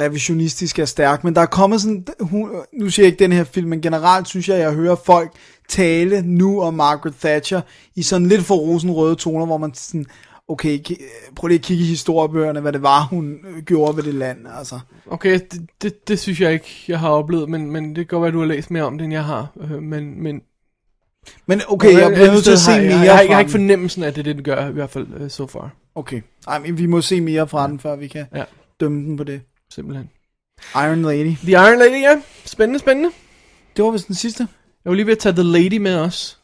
revisionistisk er stærk, men der er kommet sådan, hun, nu siger jeg ikke den her film, men generelt synes jeg, jeg hører folk tale nu om Margaret Thatcher i sådan lidt for rosenrøde toner, hvor man sådan, okay, ki- prøv lige at kigge i historiebøgerne, hvad det var, hun øh, gjorde ved det land, altså. Okay, det, det, det synes jeg ikke, jeg har oplevet, men, men det kan godt være, du har læst mere om det, end jeg har. Øh, men, men Men okay, jeg bliver nødt til at se jeg, mere jeg, jeg, har ikke- fra jeg har ikke den. fornemmelsen af, at det er det, den gør, i hvert fald uh, so far. Okay, Ej, men vi må se mere fra den, før vi kan Ja. dømme den på det. Simpelthen. Iron Lady. The Iron Lady, ja. Spændende, spændende. Det var vist den sidste. Jeg var lige ved at tage The Lady med os.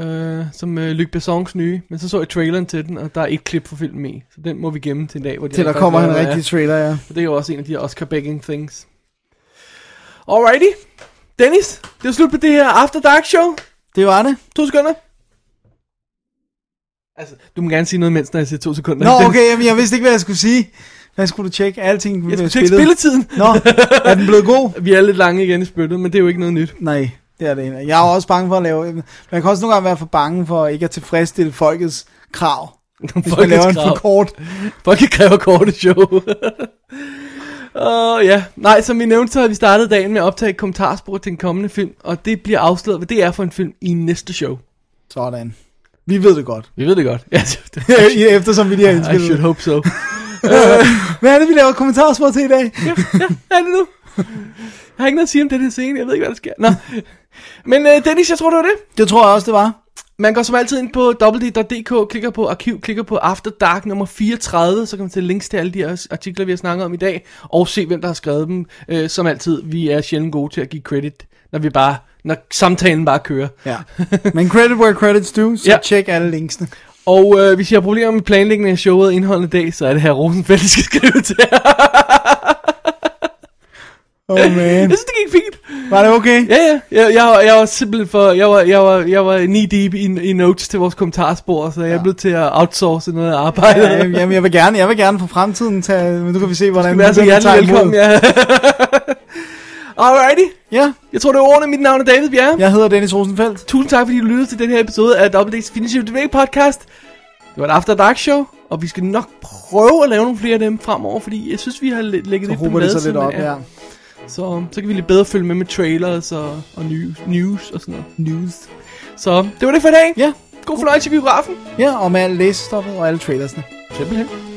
Uh, som uh, Luc Besson's nye. Men så så jeg traileren til den, og der er et klip fra filmen i. Så den må vi gemme til en dag. Hvor de Til der rent kommer en faktisk laver, rigtig trailer, ja. Ja. Det er jo også en af de her Oscar begging things. Alrighty. Dennis, det er slut på det her After Dark show. Det var det. To sekunder. Altså, du må gerne sige noget, mens når jeg siger to sekunder. Nå, Dennis, okay, jamen, jeg vidste ikke, hvad jeg skulle sige. Hvad skulle du tjekke? Alting Jeg blev skulle tjekke spillet. spilletiden. Nå, er den blevet god? Vi er lidt lange igen i spyttet, men det er jo ikke noget nyt. Nej, det er det ikke. Jeg er jo også bange for at lave... Man kan også nogle gange være for bange for ikke at tilfredsstille folkets krav. Hvis man laver en for kort. Folk kræver korte show. Og ja, nej, som vi nævnte, så har vi startet dagen med at optage et kommentarspor til en kommende film, og det bliver afsløret, hvad det er for en film i næste show. Sådan. Vi ved det godt. Vi ved det godt. Ja, I- Eftersom vi lige har I should indspillet. hope so. Hvad er det, vi laver kommentarspor til i dag? Er det nu? Jeg har ikke noget at sige om den her scene. Jeg ved ikke, hvad der sker. Nå. Men øh, Dennis, jeg tror, det var det. Det tror jeg også, det var. Man går som altid ind på www.dk, klikker på arkiv, klikker på After Dark nummer 34, så kan man se links til alle de her artikler, vi har snakket om i dag, og se, hvem der har skrevet dem. Øh, som altid, vi er sjældent gode til at give credit, når vi bare når samtalen bare kører. Ja. Men credit where credit's due, så Ja. tjek alle linksene. Og øh, hvis I har problemer med planlægningen af showet og indholdet i dag, så er det her Rosenfeldt, I skal skrive til. Oh man. Jeg synes, det gik fint. Var det okay? Ja, ja. Jeg, jeg, var, jeg var simpelthen for... Jeg var, jeg var, jeg var knee deep i, i notes til vores kommentarspor, så jeg Ja. blev til at outsource noget af arbejdet. Ja, øh, jamen, jeg vil gerne, jeg vil gerne for fremtiden tage, men nu kan vi se, hvordan Men altså, hvordan vi hjertelig tager imod. velkommen, ja. Alrighty. ja. Jeg tror, det er ordene. Mit navn er David Bjerre. Ja. Jeg hedder Dennis Rosenfeldt. Tusind tak, fordi du lyttede til den her episode af WD's Finish Today podcast. Det var et After Dark show, og vi skal nok prøve at lave nogle flere af dem fremover, fordi jeg synes, vi har læ- lægget Så lidt på håber det den så lidt lade, op, sådan, ja. Så, um, så kan vi lidt bedre følge med med trailers og, og news, news og sådan noget. News. Så det var det for i dag. Ja, God fornøjelse i biografen. ja og med alt læsestoffet og alle trailersne. Simpelthen.